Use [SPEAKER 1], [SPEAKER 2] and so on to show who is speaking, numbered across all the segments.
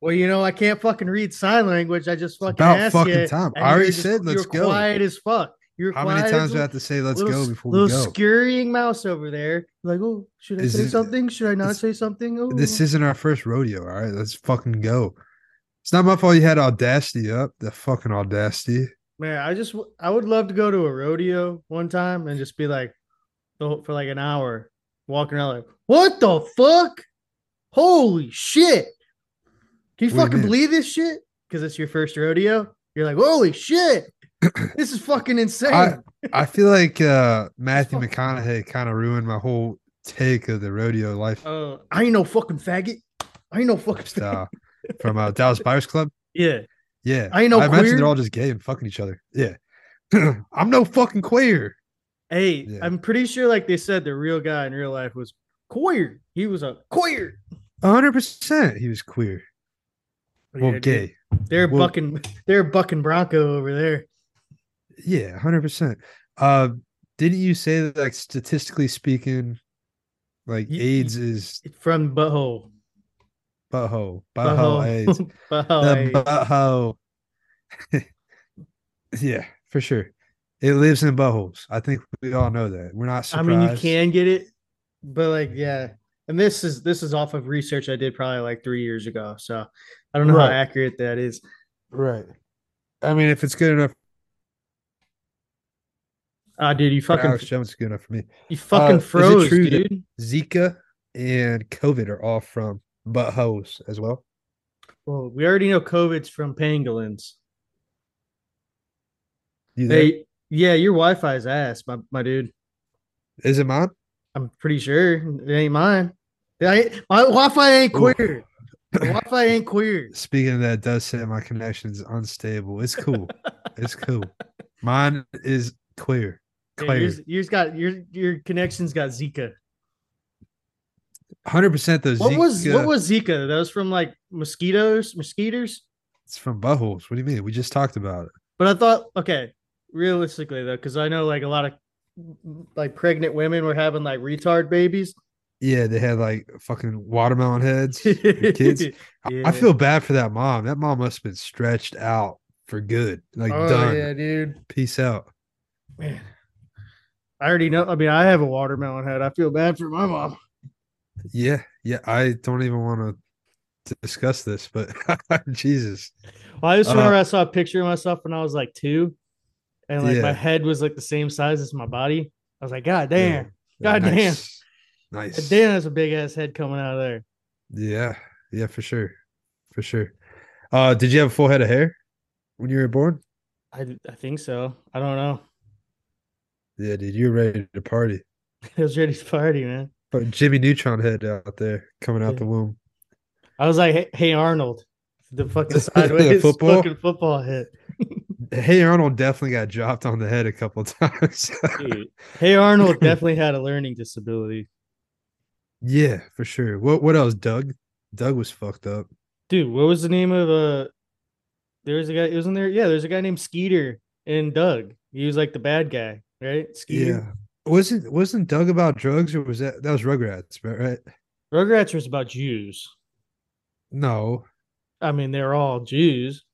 [SPEAKER 1] Well, you know, I can't fucking read sign language. I just fucking
[SPEAKER 2] about
[SPEAKER 1] asked
[SPEAKER 2] fucking
[SPEAKER 1] you,
[SPEAKER 2] time.
[SPEAKER 1] and
[SPEAKER 2] I already
[SPEAKER 1] you're just-
[SPEAKER 2] said, let's
[SPEAKER 1] you're
[SPEAKER 2] go.
[SPEAKER 1] Quiet as fuck. You're
[SPEAKER 2] How
[SPEAKER 1] quiet
[SPEAKER 2] many
[SPEAKER 1] as
[SPEAKER 2] times do
[SPEAKER 1] a
[SPEAKER 2] I have to say let's
[SPEAKER 1] little,
[SPEAKER 2] go before we
[SPEAKER 1] little
[SPEAKER 2] go?
[SPEAKER 1] scurrying mouse over there. Like, oh, should I
[SPEAKER 2] Is
[SPEAKER 1] say
[SPEAKER 2] it-
[SPEAKER 1] something? Should I not
[SPEAKER 2] this-
[SPEAKER 1] say something? Oh,
[SPEAKER 2] This isn't our first rodeo. All right, let's fucking go. It's not my fault you had audacity up. The fucking audacity.
[SPEAKER 1] man. I just w- I would love to go to a rodeo one time and just be like, the whole- for like an hour, walking around like, what the fuck? Holy shit! Can you
[SPEAKER 2] What do you
[SPEAKER 1] fucking
[SPEAKER 2] mean?
[SPEAKER 1] believe this shit? Because it's your first rodeo. You're like, holy shit! this is fucking insane.
[SPEAKER 2] I, I feel like uh, Matthew
[SPEAKER 1] fucking-
[SPEAKER 2] McConaughey kind of ruined my whole take of the rodeo life
[SPEAKER 1] Uh, I ain't no fucking faggot. I ain't no fucking faggot.
[SPEAKER 2] style from uh, Dallas Buyers Club.
[SPEAKER 1] Yeah.
[SPEAKER 2] Yeah,
[SPEAKER 1] I ain't no
[SPEAKER 2] I imagine
[SPEAKER 1] queer.
[SPEAKER 2] they're all just gay and fucking each other. Yeah, I'm no fucking queer.
[SPEAKER 1] Hey,
[SPEAKER 2] Yeah.
[SPEAKER 1] I'm pretty sure, like they said, the real guy in real life was queer. He was a queer.
[SPEAKER 2] hundred percent. He was queer. Well,
[SPEAKER 1] Yeah, dude.
[SPEAKER 2] gay.
[SPEAKER 1] They're
[SPEAKER 2] Well-
[SPEAKER 1] bucking. They're bucking Bronco over there.
[SPEAKER 2] Yeah, hundred percent. Uh, didn't you say that, like, statistically speaking, like
[SPEAKER 1] Ye-
[SPEAKER 2] AIDS is
[SPEAKER 1] From butthole.
[SPEAKER 2] butthole, butthole, AIDS,
[SPEAKER 1] Butthole. butthole.
[SPEAKER 2] the
[SPEAKER 1] AIDS.
[SPEAKER 2] butthole. yeah, for sure. It lives in buttholes. I think we all know that. We're not
[SPEAKER 1] I
[SPEAKER 2] surprised.
[SPEAKER 1] mean, you can get it, but like, yeah. And this is this is off of research I did probably like three years ago. So I don't know how
[SPEAKER 2] Right.
[SPEAKER 1] accurate that is.
[SPEAKER 2] right? I mean, if it's good enough
[SPEAKER 1] Ah, dude, you
[SPEAKER 2] for
[SPEAKER 1] fucking
[SPEAKER 2] Alex Jones, it's good enough for me.
[SPEAKER 1] you fucking
[SPEAKER 2] Uh, is it
[SPEAKER 1] froze,
[SPEAKER 2] true that-
[SPEAKER 1] dude.
[SPEAKER 2] Zika and COVID are all from buttholes as well.
[SPEAKER 1] Well, we already know COVID's from pangolins.
[SPEAKER 2] You there?
[SPEAKER 1] Hey, yeah, your Wi-Fi's ass, my, my dude.
[SPEAKER 2] Is it mine?
[SPEAKER 1] I'm pretty sure it ain't mine. It ain't- my Wi-Fi ain't
[SPEAKER 2] Ooh.
[SPEAKER 1] queer. My Wi-Fi ain't queer.
[SPEAKER 2] Speaking of that, it does say my connection's unstable. It's cool. it's cool. Mine is clear.
[SPEAKER 1] Yeah,
[SPEAKER 2] Clear.
[SPEAKER 1] yours, yours got your your connection's got Zika.
[SPEAKER 2] Hundred percent. The
[SPEAKER 1] What was
[SPEAKER 2] Zika-
[SPEAKER 1] what was Zika? That was from like mosquitoes, mosquitoes.
[SPEAKER 2] It's from buttholes. What do you mean? We just talked about it.
[SPEAKER 1] But I thought, okay, realistically though, because I know like a lot of like pregnant women were having like retard babies.
[SPEAKER 2] Yeah, they had like fucking watermelon heads. your kids. I- I
[SPEAKER 1] Yeah.
[SPEAKER 2] feel bad for that mom. That mom must have been stretched out for good. Like
[SPEAKER 1] oh,
[SPEAKER 2] done.
[SPEAKER 1] yeah, dude.
[SPEAKER 2] Peace out.
[SPEAKER 1] Man, I already know. I mean, I have a watermelon head. I feel bad for my mom.
[SPEAKER 2] Yeah. Yeah. I don't even want to discuss this, but Jesus.
[SPEAKER 1] Well, I just
[SPEAKER 2] Uh,
[SPEAKER 1] remember I saw a picture of myself when I was like two, and like my
[SPEAKER 2] Yeah.
[SPEAKER 1] head was like the same size as my body. I was like, God
[SPEAKER 2] Yeah.
[SPEAKER 1] damn, God damn.
[SPEAKER 2] nice. Nice.
[SPEAKER 1] damn, that's a big ass head coming out of there.
[SPEAKER 2] Yeah, yeah, for sure, for sure. Uh, did you have a full head of hair when you were born?
[SPEAKER 1] I I think so. I don't know.
[SPEAKER 2] Yeah, dude, you were ready to party.
[SPEAKER 1] It was ready to party, man.
[SPEAKER 2] But Jimmy Neutron head out there coming out
[SPEAKER 1] Yeah.
[SPEAKER 2] the womb.
[SPEAKER 1] I was like, Hey, hey Arnold, the fucking sideways
[SPEAKER 2] football?
[SPEAKER 1] fucking football hit.
[SPEAKER 2] Hey Arnold definitely got dropped on the head a couple times.
[SPEAKER 1] Dude, hey Arnold definitely had a learning disability.
[SPEAKER 2] yeah, for sure. What what else? Doug. Doug was fucked up.
[SPEAKER 1] Dude, what was the name of uh there was a guy wasn't there? Yeah, there's a guy named Skeeter and Doug. He was like the bad guy, right? Skeeter.
[SPEAKER 2] Yeah. Wasn't wasn't Doug about drugs or was that that was Rugrats, right?
[SPEAKER 1] Rugrats was about Jews.
[SPEAKER 2] No.
[SPEAKER 1] I mean, they're all Jews.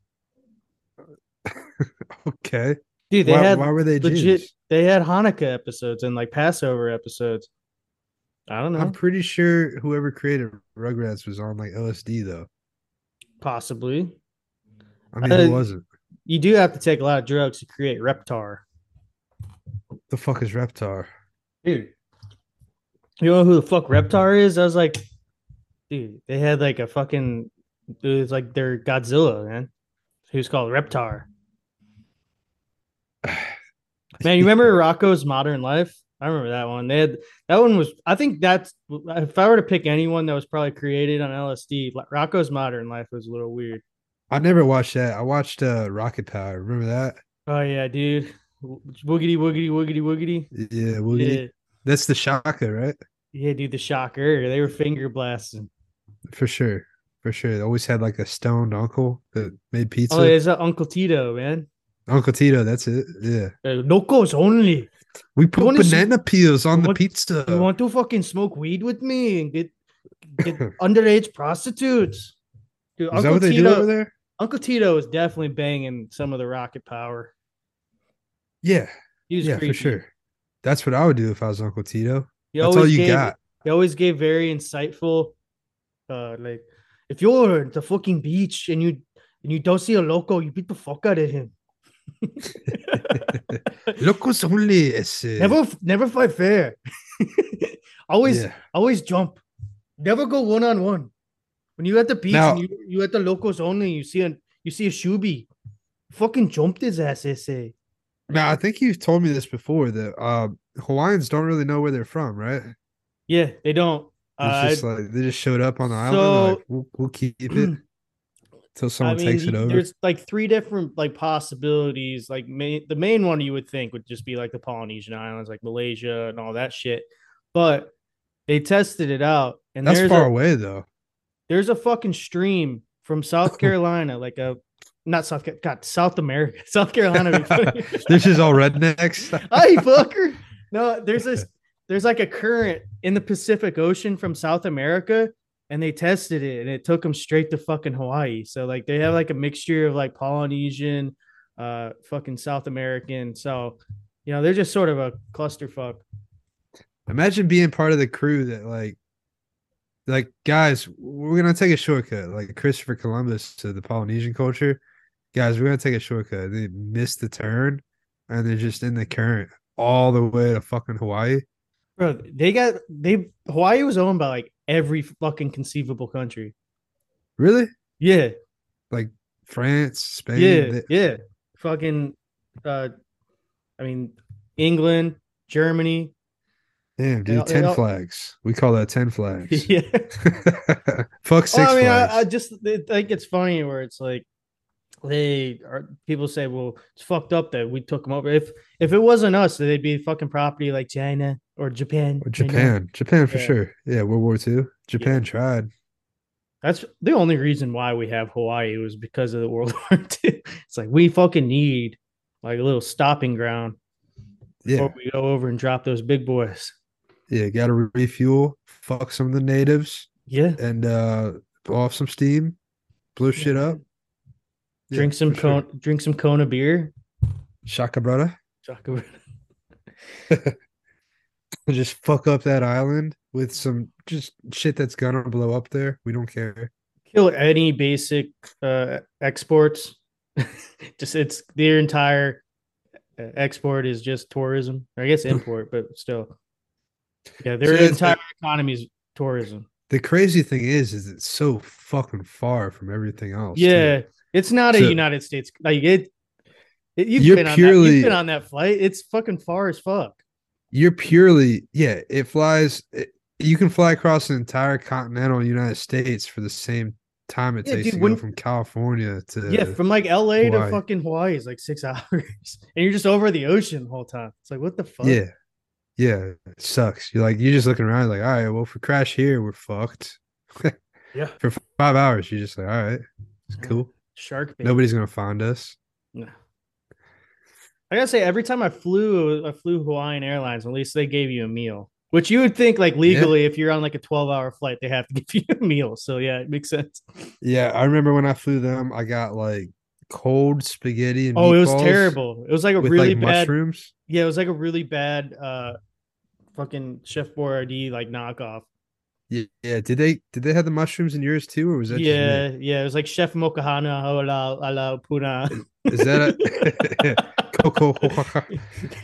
[SPEAKER 2] Okay.
[SPEAKER 1] Dude, they
[SPEAKER 2] why,
[SPEAKER 1] had
[SPEAKER 2] why were they
[SPEAKER 1] legit
[SPEAKER 2] Jews?
[SPEAKER 1] they had Hanukkah episodes and like Passover episodes. I don't know.
[SPEAKER 2] I'm pretty sure whoever created Rugrats was on like LSD though.
[SPEAKER 1] possibly.
[SPEAKER 2] I mean, who
[SPEAKER 1] Uh,
[SPEAKER 2] wasn't?
[SPEAKER 1] You do have to take a lot of drugs to create Reptar.
[SPEAKER 2] The fuck is Reptar?
[SPEAKER 1] Dude. You know who the fuck Reptar is? I was like, dude, they had like a fucking it was like their Godzilla, man. Who's called Reptar. Man, you remember Rocco's Modern Life? I remember that one. They had that one was I think that's if I were to pick anyone that was probably created on LSD, like, Rocco's Modern Life was a little weird.
[SPEAKER 2] I never watched that. I watched uh, Rocket Power. Remember that?
[SPEAKER 1] Oh yeah, dude. W- Woogity woogity woogity woogity.
[SPEAKER 2] Yeah, well,
[SPEAKER 1] Yeah.
[SPEAKER 2] that's the Shaka, right?
[SPEAKER 1] yeah, dude, the shocker. They were finger blasting.
[SPEAKER 2] For sure, for sure. They always had like a stoned uncle that made pizza.
[SPEAKER 1] Oh, there's a Uncle Tito, man.
[SPEAKER 2] Uncle Tito, that's it. Yeah,
[SPEAKER 1] Uh, locos only.
[SPEAKER 2] we put
[SPEAKER 1] wanna see-
[SPEAKER 2] banana peels on
[SPEAKER 1] you
[SPEAKER 2] the
[SPEAKER 1] want-
[SPEAKER 2] pizza.
[SPEAKER 1] You want to fucking smoke weed with me and get get underage prostitutes? Dude,
[SPEAKER 2] Is that what they do
[SPEAKER 1] Tito,
[SPEAKER 2] over there?
[SPEAKER 1] Uncle Tito is definitely banging some of the rocket power.
[SPEAKER 2] Yeah,
[SPEAKER 1] He was
[SPEAKER 2] yeah,
[SPEAKER 1] creepy.
[SPEAKER 2] for sure. That's what I would do if I was Uncle Tito.
[SPEAKER 1] He
[SPEAKER 2] That's all
[SPEAKER 1] always
[SPEAKER 2] you
[SPEAKER 1] gave-
[SPEAKER 2] got.
[SPEAKER 1] He always gave very insightful, uh, like if you're at the fucking beach and you and you don't see a loco, you beat the fuck out of him.
[SPEAKER 2] Locos only. Es, eh,
[SPEAKER 1] Never, never fight fair. always,
[SPEAKER 2] yeah.
[SPEAKER 1] always jump. Never go one on one. When you at the beach
[SPEAKER 2] Now-
[SPEAKER 1] and you you at the locos only, you see a you see a shooby, fucking jumped his ass. I say.
[SPEAKER 2] Now I think you've told me this before that um, Hawaiians don't really know where they're from, right? It's
[SPEAKER 1] Yeah, they don't. Uh,
[SPEAKER 2] just like they just showed up on the
[SPEAKER 1] so-
[SPEAKER 2] island. Like, we'll, we'll keep it until someone takes it
[SPEAKER 1] you-
[SPEAKER 2] over.
[SPEAKER 1] There's like three different like possibilities. Like main, the main one you would think would just be like the Polynesian islands, like Malaysia and all that shit. But they tested it out, and
[SPEAKER 2] That's
[SPEAKER 1] there's
[SPEAKER 2] far
[SPEAKER 1] a,
[SPEAKER 2] away though.
[SPEAKER 1] there's a fucking stream from South Carolina, like a not South Ca- God South America, South Carolina. would be funny.
[SPEAKER 2] this is all rednecks.
[SPEAKER 1] hey fucker. No, there's this there's like a current in the Pacific Ocean from South America, and they tested it and it took them straight to fucking Hawaii. So like they have like a mixture of like Polynesian, uh fucking South American. So you know, they're just sort of a clusterfuck.
[SPEAKER 2] Imagine being part of the crew that like, like guys, we're gonna take a shortcut, like Christopher Columbus to the Polynesian culture. Guys, we're gonna take a shortcut. They miss the turn, and they're just in the current all the way to fucking Hawaii.
[SPEAKER 1] Bro, they got they Hawaii was owned by like every fucking conceivable country.
[SPEAKER 2] Really?
[SPEAKER 1] Yeah.
[SPEAKER 2] France, Spain.
[SPEAKER 1] yeah,
[SPEAKER 2] they-
[SPEAKER 1] yeah. Fucking uh I mean England, Germany.
[SPEAKER 2] Damn,
[SPEAKER 1] They
[SPEAKER 2] dude,
[SPEAKER 1] all- they
[SPEAKER 2] ten
[SPEAKER 1] all-
[SPEAKER 2] flags. We call that ten flags.
[SPEAKER 1] yeah.
[SPEAKER 2] Fuck six
[SPEAKER 1] Well, I mean,
[SPEAKER 2] flags.
[SPEAKER 1] I, I just I think it's funny where it's like they are people say, well, it's fucked up that we took them over. If if it wasn't us, they'd be fucking property like China or Japan.
[SPEAKER 2] Or
[SPEAKER 1] you know?
[SPEAKER 2] Japan, Japan for
[SPEAKER 1] Yeah.
[SPEAKER 2] sure. Yeah, World War II. Japan tried.
[SPEAKER 1] That's the only reason why we have Hawaii was because of the World War II. It's like we fucking need like a little stopping ground
[SPEAKER 2] Yeah,
[SPEAKER 1] before we go over and drop those big boys.
[SPEAKER 2] yeah. Got to refuel. Fuck some of the natives
[SPEAKER 1] Yeah.
[SPEAKER 2] and uh blow off some steam. Blow shit up. Yeah,
[SPEAKER 1] drink some
[SPEAKER 2] for sure.
[SPEAKER 1] cone, drink some Kona beer.
[SPEAKER 2] Shaka brother.
[SPEAKER 1] Chocolate.
[SPEAKER 2] Just fuck up that island with some just shit that's gonna blow up there. We don't care.
[SPEAKER 1] Kill any basic uh, exports. just it's their entire uh, export is just tourism. I guess import, but still. Yeah, their
[SPEAKER 2] it's
[SPEAKER 1] entire
[SPEAKER 2] like-
[SPEAKER 1] economy is tourism.
[SPEAKER 2] The crazy thing is, is it's so fucking far from everything else. too.
[SPEAKER 1] Yeah, it's not a
[SPEAKER 2] Oh, So-
[SPEAKER 1] United States like it. it you've
[SPEAKER 2] You're
[SPEAKER 1] been on that,
[SPEAKER 2] purely-
[SPEAKER 1] you've been on that flight. It's fucking far as fuck.
[SPEAKER 2] you're purely yeah it flies it, you can fly across the entire continental united states for the same time it
[SPEAKER 1] Yeah,
[SPEAKER 2] takes
[SPEAKER 1] dude,
[SPEAKER 2] to
[SPEAKER 1] when-
[SPEAKER 2] go from california to
[SPEAKER 1] Yeah, from like LA to
[SPEAKER 2] Hawaii.
[SPEAKER 1] fucking Hawaii is like six hours, and you're just over the ocean the whole time. It's like what the fuck?
[SPEAKER 2] yeah yeah it sucks you're like you're just looking around like all right well if we crash here we're fucked
[SPEAKER 1] Yeah.
[SPEAKER 2] for five hours you're just like all right it's
[SPEAKER 1] Yeah.
[SPEAKER 2] cool
[SPEAKER 1] shark bait.
[SPEAKER 2] nobody's gonna find us
[SPEAKER 1] No. I gotta say, every time I flew, I flew Hawaiian Airlines. At least they gave you a meal, which you would think, like legally, if you're on like a 12 hour flight, they have to give you a meal. So yeah, it makes sense.
[SPEAKER 2] yeah i remember when i flew them i got like cold spaghetti and
[SPEAKER 1] Oh, it was
[SPEAKER 2] meatballs
[SPEAKER 1] terrible. It was like a
[SPEAKER 2] with
[SPEAKER 1] really
[SPEAKER 2] like
[SPEAKER 1] bad.
[SPEAKER 2] mushrooms
[SPEAKER 1] Yeah, it was like a really bad, uh, fucking Chef Boyardee like knockoff.
[SPEAKER 2] yeah, yeah did they did they have the mushrooms in yours too or was that just me?
[SPEAKER 1] Yeah, yeah, it was like Chef Mokahana Hola Ala Puna.
[SPEAKER 2] Is that a Coco?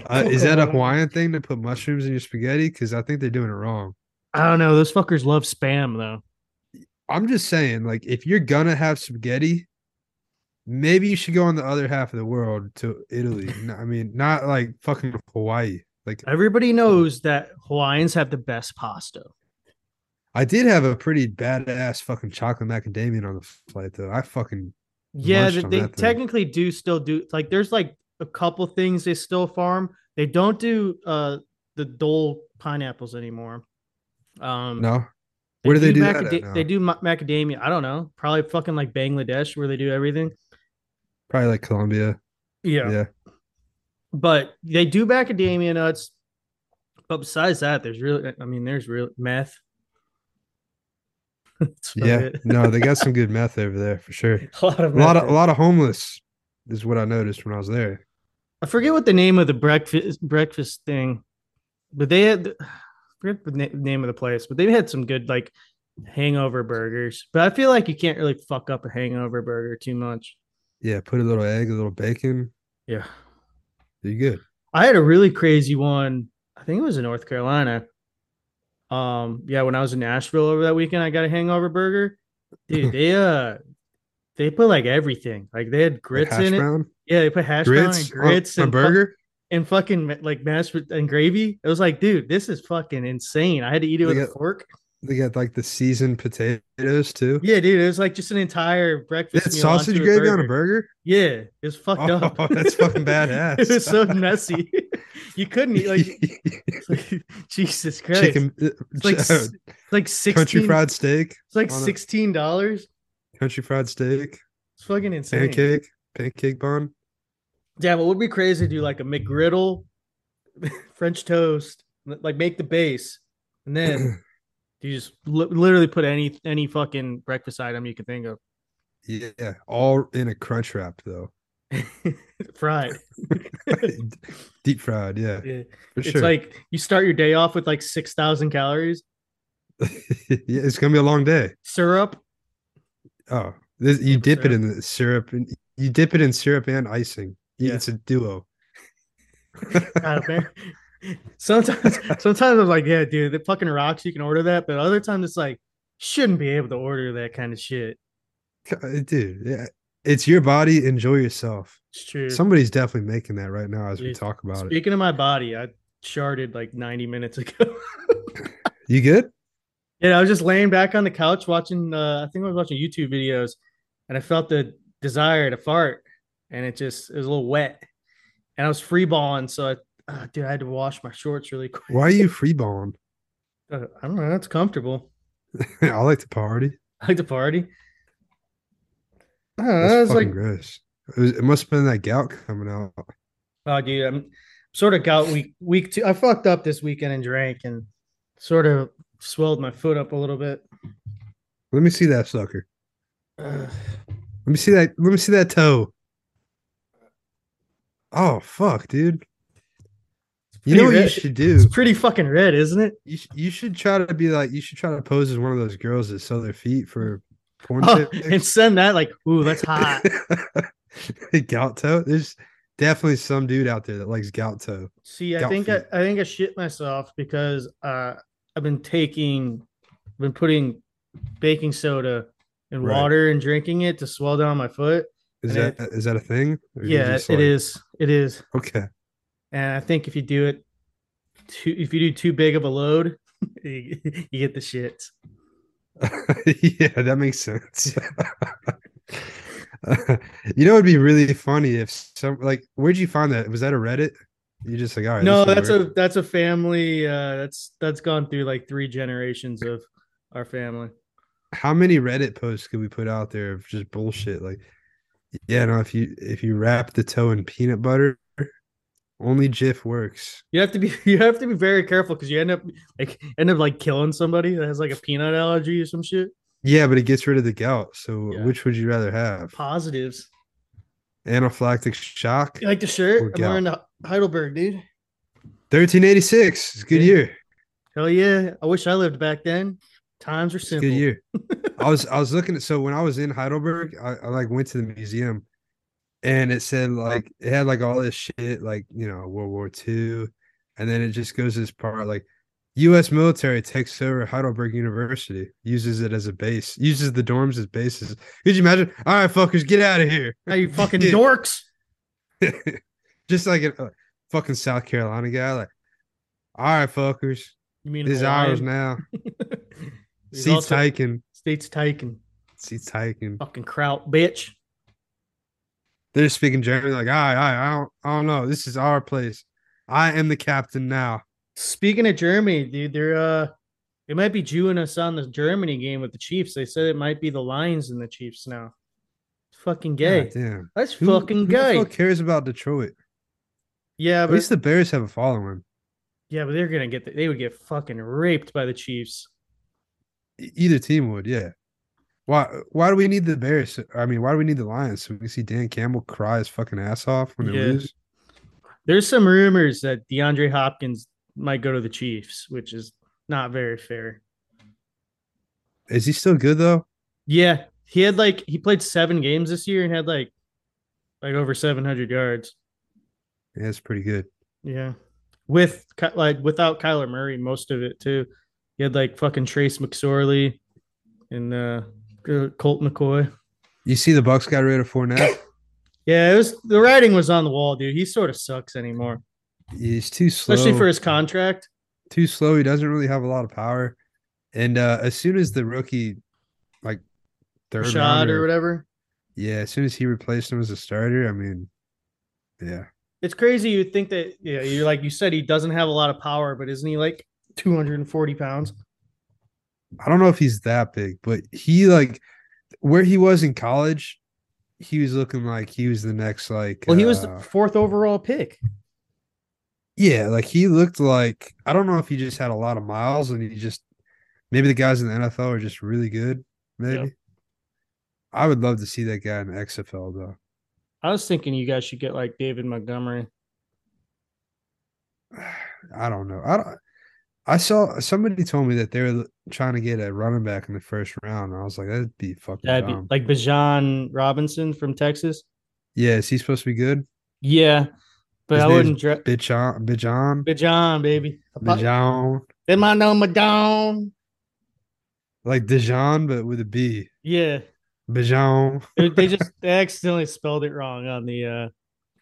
[SPEAKER 2] Uh, is that a Hawaiian thing to put mushrooms in your spaghetti? Because I think they're doing it wrong.
[SPEAKER 1] I don't know. Those fuckers love spam though.
[SPEAKER 2] I'm just saying, like, if you're gonna have spaghetti, maybe you should go on the other half of the world to Italy. N- I mean, not like fucking Hawaii. Like,
[SPEAKER 1] Everybody knows that Hawaiians have the best pasta.
[SPEAKER 2] I did have a pretty badass fucking chocolate macadamia on the flight, though. I fucking
[SPEAKER 1] Yeah,
[SPEAKER 2] munched
[SPEAKER 1] th-
[SPEAKER 2] on
[SPEAKER 1] they
[SPEAKER 2] that thing.
[SPEAKER 1] technically do still do like there's like a couple things they still farm. They don't do uh the dole pineapples anymore. Um
[SPEAKER 2] no. Where do they do that at
[SPEAKER 1] macada-
[SPEAKER 2] now?
[SPEAKER 1] They do ma- macadamia. I don't know. Probably fucking like Bangladesh where they do everything.
[SPEAKER 2] Probably like Colombia. Yeah.
[SPEAKER 1] But they do macadamia nuts. But besides that, there's really I mean there's real meth. That's about
[SPEAKER 2] yeah,
[SPEAKER 1] it.
[SPEAKER 2] no, they got some good meth over there for sure.
[SPEAKER 1] a lot of
[SPEAKER 2] A lot of
[SPEAKER 1] meth.
[SPEAKER 2] a lot of homeless is what I noticed when I was there.
[SPEAKER 1] I forget what the name of the breakfast breakfast thing, but they had I forget the na- name of the place, but they had some good like hangover burgers. But I feel like you can't really fuck up a hangover burger too much.
[SPEAKER 2] Yeah, put a little egg, a little bacon.
[SPEAKER 1] Yeah,
[SPEAKER 2] You're good.
[SPEAKER 1] I had a really crazy one. I think it was in North Carolina. Um, yeah, when I was in Nashville over that weekend, I got a hangover burger. Dude, they uh, they put like everything. Like they had
[SPEAKER 2] Like
[SPEAKER 1] grits
[SPEAKER 2] hash
[SPEAKER 1] in it.
[SPEAKER 2] brown,
[SPEAKER 1] Yeah, they put hash
[SPEAKER 2] grits,
[SPEAKER 1] brown and grits
[SPEAKER 2] on, on
[SPEAKER 1] and
[SPEAKER 2] a
[SPEAKER 1] fu-
[SPEAKER 2] burger.
[SPEAKER 1] and fucking ma- like mashed pot- and gravy. It was like, dude, this is fucking insane. I had to eat it
[SPEAKER 2] They
[SPEAKER 1] with a
[SPEAKER 2] got-
[SPEAKER 1] fork.
[SPEAKER 2] They got like the seasoned potatoes too.
[SPEAKER 1] Yeah, dude, it was like just an entire
[SPEAKER 2] They
[SPEAKER 1] breakfast.
[SPEAKER 2] had
[SPEAKER 1] meal
[SPEAKER 2] sausage
[SPEAKER 1] onto
[SPEAKER 2] gravy on a burger.
[SPEAKER 1] Yeah, it was fucked
[SPEAKER 2] Oh,
[SPEAKER 1] up.
[SPEAKER 2] that's fucking badass.
[SPEAKER 1] it was so messy. you couldn't eat like, it's like- Jesus Christ.
[SPEAKER 2] chicken,
[SPEAKER 1] It's like
[SPEAKER 2] uh,
[SPEAKER 1] s- it's like
[SPEAKER 2] country
[SPEAKER 1] sixteen.
[SPEAKER 2] fried steak,
[SPEAKER 1] It's like
[SPEAKER 2] on a-
[SPEAKER 1] sixteen dollars.
[SPEAKER 2] country fried steak,
[SPEAKER 1] It's fucking insane.
[SPEAKER 2] pancake, pancake bun.
[SPEAKER 1] Yeah, but it would be crazy to do like a McGriddle, French toast, li- like make the base, and then you just li- literally put any any fucking breakfast item you can think of,
[SPEAKER 2] Yeah, all in a crunch wrap though,
[SPEAKER 1] fried.
[SPEAKER 2] deep fried. Yeah,
[SPEAKER 1] Yeah.
[SPEAKER 2] for
[SPEAKER 1] It's
[SPEAKER 2] sure.
[SPEAKER 1] like you start your day off with like six thousand calories,
[SPEAKER 2] yeah, it's gonna be a long day.
[SPEAKER 1] syrup.
[SPEAKER 2] Oh, this, you
[SPEAKER 1] Over
[SPEAKER 2] dip it
[SPEAKER 1] syrup.
[SPEAKER 2] in the syrup, and you dip it in syrup and icing. Yeah.
[SPEAKER 1] Yeah.
[SPEAKER 2] It's a duo.
[SPEAKER 1] God, man. Sometimes, sometimes I'm like, yeah, dude, the fucking rocks. You can order that, but other times it's like shouldn't be able to order that kind of shit.
[SPEAKER 2] God, uh, Dude, yeah, it's your body. Enjoy yourself.
[SPEAKER 1] It's true.
[SPEAKER 2] Somebody's definitely making that right now as we
[SPEAKER 1] Dude,
[SPEAKER 2] talk about it.
[SPEAKER 1] Speaking of my body, I sharded like 90 minutes ago.
[SPEAKER 2] You good?
[SPEAKER 1] and I was just laying back on the couch watching, uh, I think I was watching YouTube videos and I felt the desire to fart and it just, it was a little wet and I was free balling. So I, uh, dude, I had to wash my shorts really quick.
[SPEAKER 2] Why are you freeballing?
[SPEAKER 1] Uh, I don't know. That's comfortable.
[SPEAKER 2] I like to party.
[SPEAKER 1] I like to party. I don't know.
[SPEAKER 2] That's
[SPEAKER 1] I was
[SPEAKER 2] fucking
[SPEAKER 1] Uh, like,
[SPEAKER 2] gross. It, was, it must have been that gout coming out.
[SPEAKER 1] Oh, dude, I'm sort of got week week two. I fucked up this weekend and drank and sort of swelled my foot up a little bit.
[SPEAKER 2] Let me see that sucker.
[SPEAKER 1] Ugh.
[SPEAKER 2] Let me see that. Let me see that toe. Oh fuck, dude. You know what
[SPEAKER 1] pretty
[SPEAKER 2] you
[SPEAKER 1] red-
[SPEAKER 2] should do?
[SPEAKER 1] It's pretty fucking red, isn't it?
[SPEAKER 2] You, sh- you should try to be like you should try to pose as one of those girls that sell their feet for porn
[SPEAKER 1] Oh, and
[SPEAKER 2] tips.
[SPEAKER 1] send that like, ooh, that's hot.
[SPEAKER 2] gout toe. There's definitely some dude out there that likes gout toe.
[SPEAKER 1] See, I
[SPEAKER 2] Gout
[SPEAKER 1] think I,
[SPEAKER 2] feet.
[SPEAKER 1] I think I shit myself because uh, I've been taking, I've been putting baking soda in
[SPEAKER 2] Right.
[SPEAKER 1] water and drinking it to swell down my foot.
[SPEAKER 2] Is
[SPEAKER 1] And it-
[SPEAKER 2] that is that a thing? Or is it
[SPEAKER 1] yeah,
[SPEAKER 2] just
[SPEAKER 1] it
[SPEAKER 2] like-
[SPEAKER 1] is. It is.
[SPEAKER 2] Okay.
[SPEAKER 1] And I think if you do it too, if you do too big of a load, you, you get the shits.
[SPEAKER 2] yeah, that makes sense. you know, it'd be really funny if some like, where'd you find that? Was that a Reddit? You just like, all right.
[SPEAKER 1] no,
[SPEAKER 2] this'll
[SPEAKER 1] that's
[SPEAKER 2] work."
[SPEAKER 1] a that's a family. Uh, that's that's gone through like three generations of our family.
[SPEAKER 2] How many Reddit posts could we put out there of just bullshit? Like, yeah, no. If you if you wrap the toe in peanut butter, only GIF works.
[SPEAKER 1] You have to be you have to be very careful because you end up like end up like killing somebody that has like a peanut allergy or some shit.
[SPEAKER 2] Yeah, but it gets rid of the gout. So,
[SPEAKER 1] Yeah.
[SPEAKER 2] which would you rather have?
[SPEAKER 1] Positives.
[SPEAKER 2] Anaphylactic shock.
[SPEAKER 1] You like the shirt?
[SPEAKER 2] Or
[SPEAKER 1] I'm wearing the Heidelberg, dude.
[SPEAKER 2] Thirteen eighty six. It's a good
[SPEAKER 1] Yeah.
[SPEAKER 2] year.
[SPEAKER 1] Hell yeah! I wish I lived back then. Times were simple.
[SPEAKER 2] Good year. I was I was looking at so when I was in Heidelberg, I, I like went to the museum and it said like it had like all this shit, like you know, World War II. And then it just goes this part like US military takes over Heidelberg University, uses it as a base, uses the dorms as bases. Could you imagine? All right, fuckers, get out of here.
[SPEAKER 1] Now you fucking
[SPEAKER 2] Dude.
[SPEAKER 1] dorks.
[SPEAKER 2] just like a, a fucking South Carolina guy, like, all right, fuckers,
[SPEAKER 1] You mean
[SPEAKER 2] this is ours
[SPEAKER 1] Hawaiian?
[SPEAKER 2] now.
[SPEAKER 1] He's
[SPEAKER 2] Seats
[SPEAKER 1] also-
[SPEAKER 2] taken.
[SPEAKER 1] States taken.
[SPEAKER 2] Seats taken.
[SPEAKER 1] Fucking kraut, bitch.
[SPEAKER 2] they're just speaking German. Like, I, I, I don't, I don't know. This is our place. I am the captain now.
[SPEAKER 1] Speaking of Germany, dude, they're uh they might be Jewing us on the Germany game with the Chiefs. They said it might be the Lions and the Chiefs now. It's fucking gay.
[SPEAKER 2] God damn.
[SPEAKER 1] That's
[SPEAKER 2] Who-
[SPEAKER 1] fucking
[SPEAKER 2] who the
[SPEAKER 1] gay.
[SPEAKER 2] fuck cares about Detroit?
[SPEAKER 1] Yeah,
[SPEAKER 2] At
[SPEAKER 1] but
[SPEAKER 2] least the Bears have a following.
[SPEAKER 1] yeah, but they're gonna get the, they would get fucking raped by the Chiefs.
[SPEAKER 2] E- Either team would, yeah. Why? Why do we need the Bears? I mean, why do we need the Lions? So we can see Dan Campbell cry his fucking ass off when they
[SPEAKER 1] Yeah.
[SPEAKER 2] lose.
[SPEAKER 1] There's some rumors that DeAndre Hopkins might go to the Chiefs, which is not very fair.
[SPEAKER 2] Is he still good though?
[SPEAKER 1] Yeah, he had like he played seven games this year and had like like over 700 yards.
[SPEAKER 2] Yeah, that's pretty good.
[SPEAKER 1] Yeah, with Ky- like without Kyler Murray, most of it too. He had like fucking Trace McSorley and uh, Colt McCoy.
[SPEAKER 2] You see, the Bucks got rid of Fournette.
[SPEAKER 1] Yeah, it was the writing was on the wall, dude. He sort of sucks anymore,
[SPEAKER 2] He's too slow.
[SPEAKER 1] especially for his contract.
[SPEAKER 2] too slow. He doesn't really have a lot of power. And uh, as soon as the rookie, like third
[SPEAKER 1] Rashad or
[SPEAKER 2] rounder,
[SPEAKER 1] whatever.
[SPEAKER 2] yeah, as soon as he replaced him as a starter, I mean, yeah,
[SPEAKER 1] It's crazy. You think that yeah, you're like you said he doesn't have a lot of power, but isn't he like 240 pounds?
[SPEAKER 2] I don't know if he's that big, but he like where he was in college, he was looking like he was the next like.
[SPEAKER 1] Well, he was the
[SPEAKER 2] uh,
[SPEAKER 1] fourth overall pick.
[SPEAKER 2] yeah, like he looked like I don't know if he just had a lot of miles and he just maybe the guys in the NFL are just really good. Maybe I would love to see that guy in the XFL though.
[SPEAKER 1] I was thinking you guys should get like David Montgomery.
[SPEAKER 2] I don't know. I don't. I saw somebody told me that they were trying to get a running back in the first round. And I was like, that'd be fucking
[SPEAKER 1] That'd be
[SPEAKER 2] dumb.
[SPEAKER 1] like Bajan Robinson from Texas.
[SPEAKER 2] yeah, is he supposed to be good?
[SPEAKER 1] Yeah, but
[SPEAKER 2] His
[SPEAKER 1] I
[SPEAKER 2] name's
[SPEAKER 1] wouldn't dress
[SPEAKER 2] Bijan, Bijan,
[SPEAKER 1] Bajan, baby.
[SPEAKER 2] Bijan,
[SPEAKER 1] Them I know Madon.
[SPEAKER 2] like Dijon, but with a B.
[SPEAKER 1] Yeah,
[SPEAKER 2] Bijan.
[SPEAKER 1] they they just they accidentally spelled it wrong on the uh,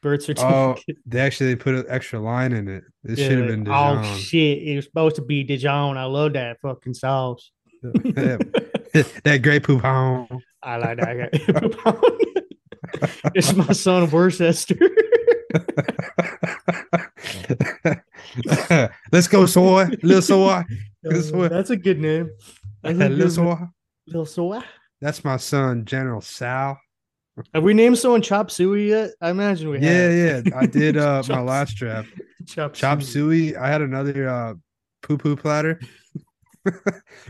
[SPEAKER 1] birth certificate.
[SPEAKER 2] Oh, they actually put an extra line in it. It
[SPEAKER 1] Yeah,
[SPEAKER 2] should have
[SPEAKER 1] like,
[SPEAKER 2] been
[SPEAKER 1] Oh
[SPEAKER 2] Dijon.
[SPEAKER 1] shit! It was supposed to be Dijon. I love that fucking sauce.
[SPEAKER 2] that great poupon.
[SPEAKER 1] I like that. guy. it's my son of Worcester.
[SPEAKER 2] Let's go, soy, little soy, That's
[SPEAKER 1] Uh,
[SPEAKER 2] what-
[SPEAKER 1] That's a good name. That's a
[SPEAKER 2] little
[SPEAKER 1] good
[SPEAKER 2] soy.
[SPEAKER 1] Lil Soy.
[SPEAKER 2] That's my son, General Sal.
[SPEAKER 1] Have we named someone Chop Suey yet? I imagine we
[SPEAKER 2] Yeah,
[SPEAKER 1] have.
[SPEAKER 2] yeah. I did uh my
[SPEAKER 1] Chop
[SPEAKER 2] last draft.
[SPEAKER 1] Chop,
[SPEAKER 2] Chop
[SPEAKER 1] Suey.
[SPEAKER 2] suey. I had another uh poo poo platter.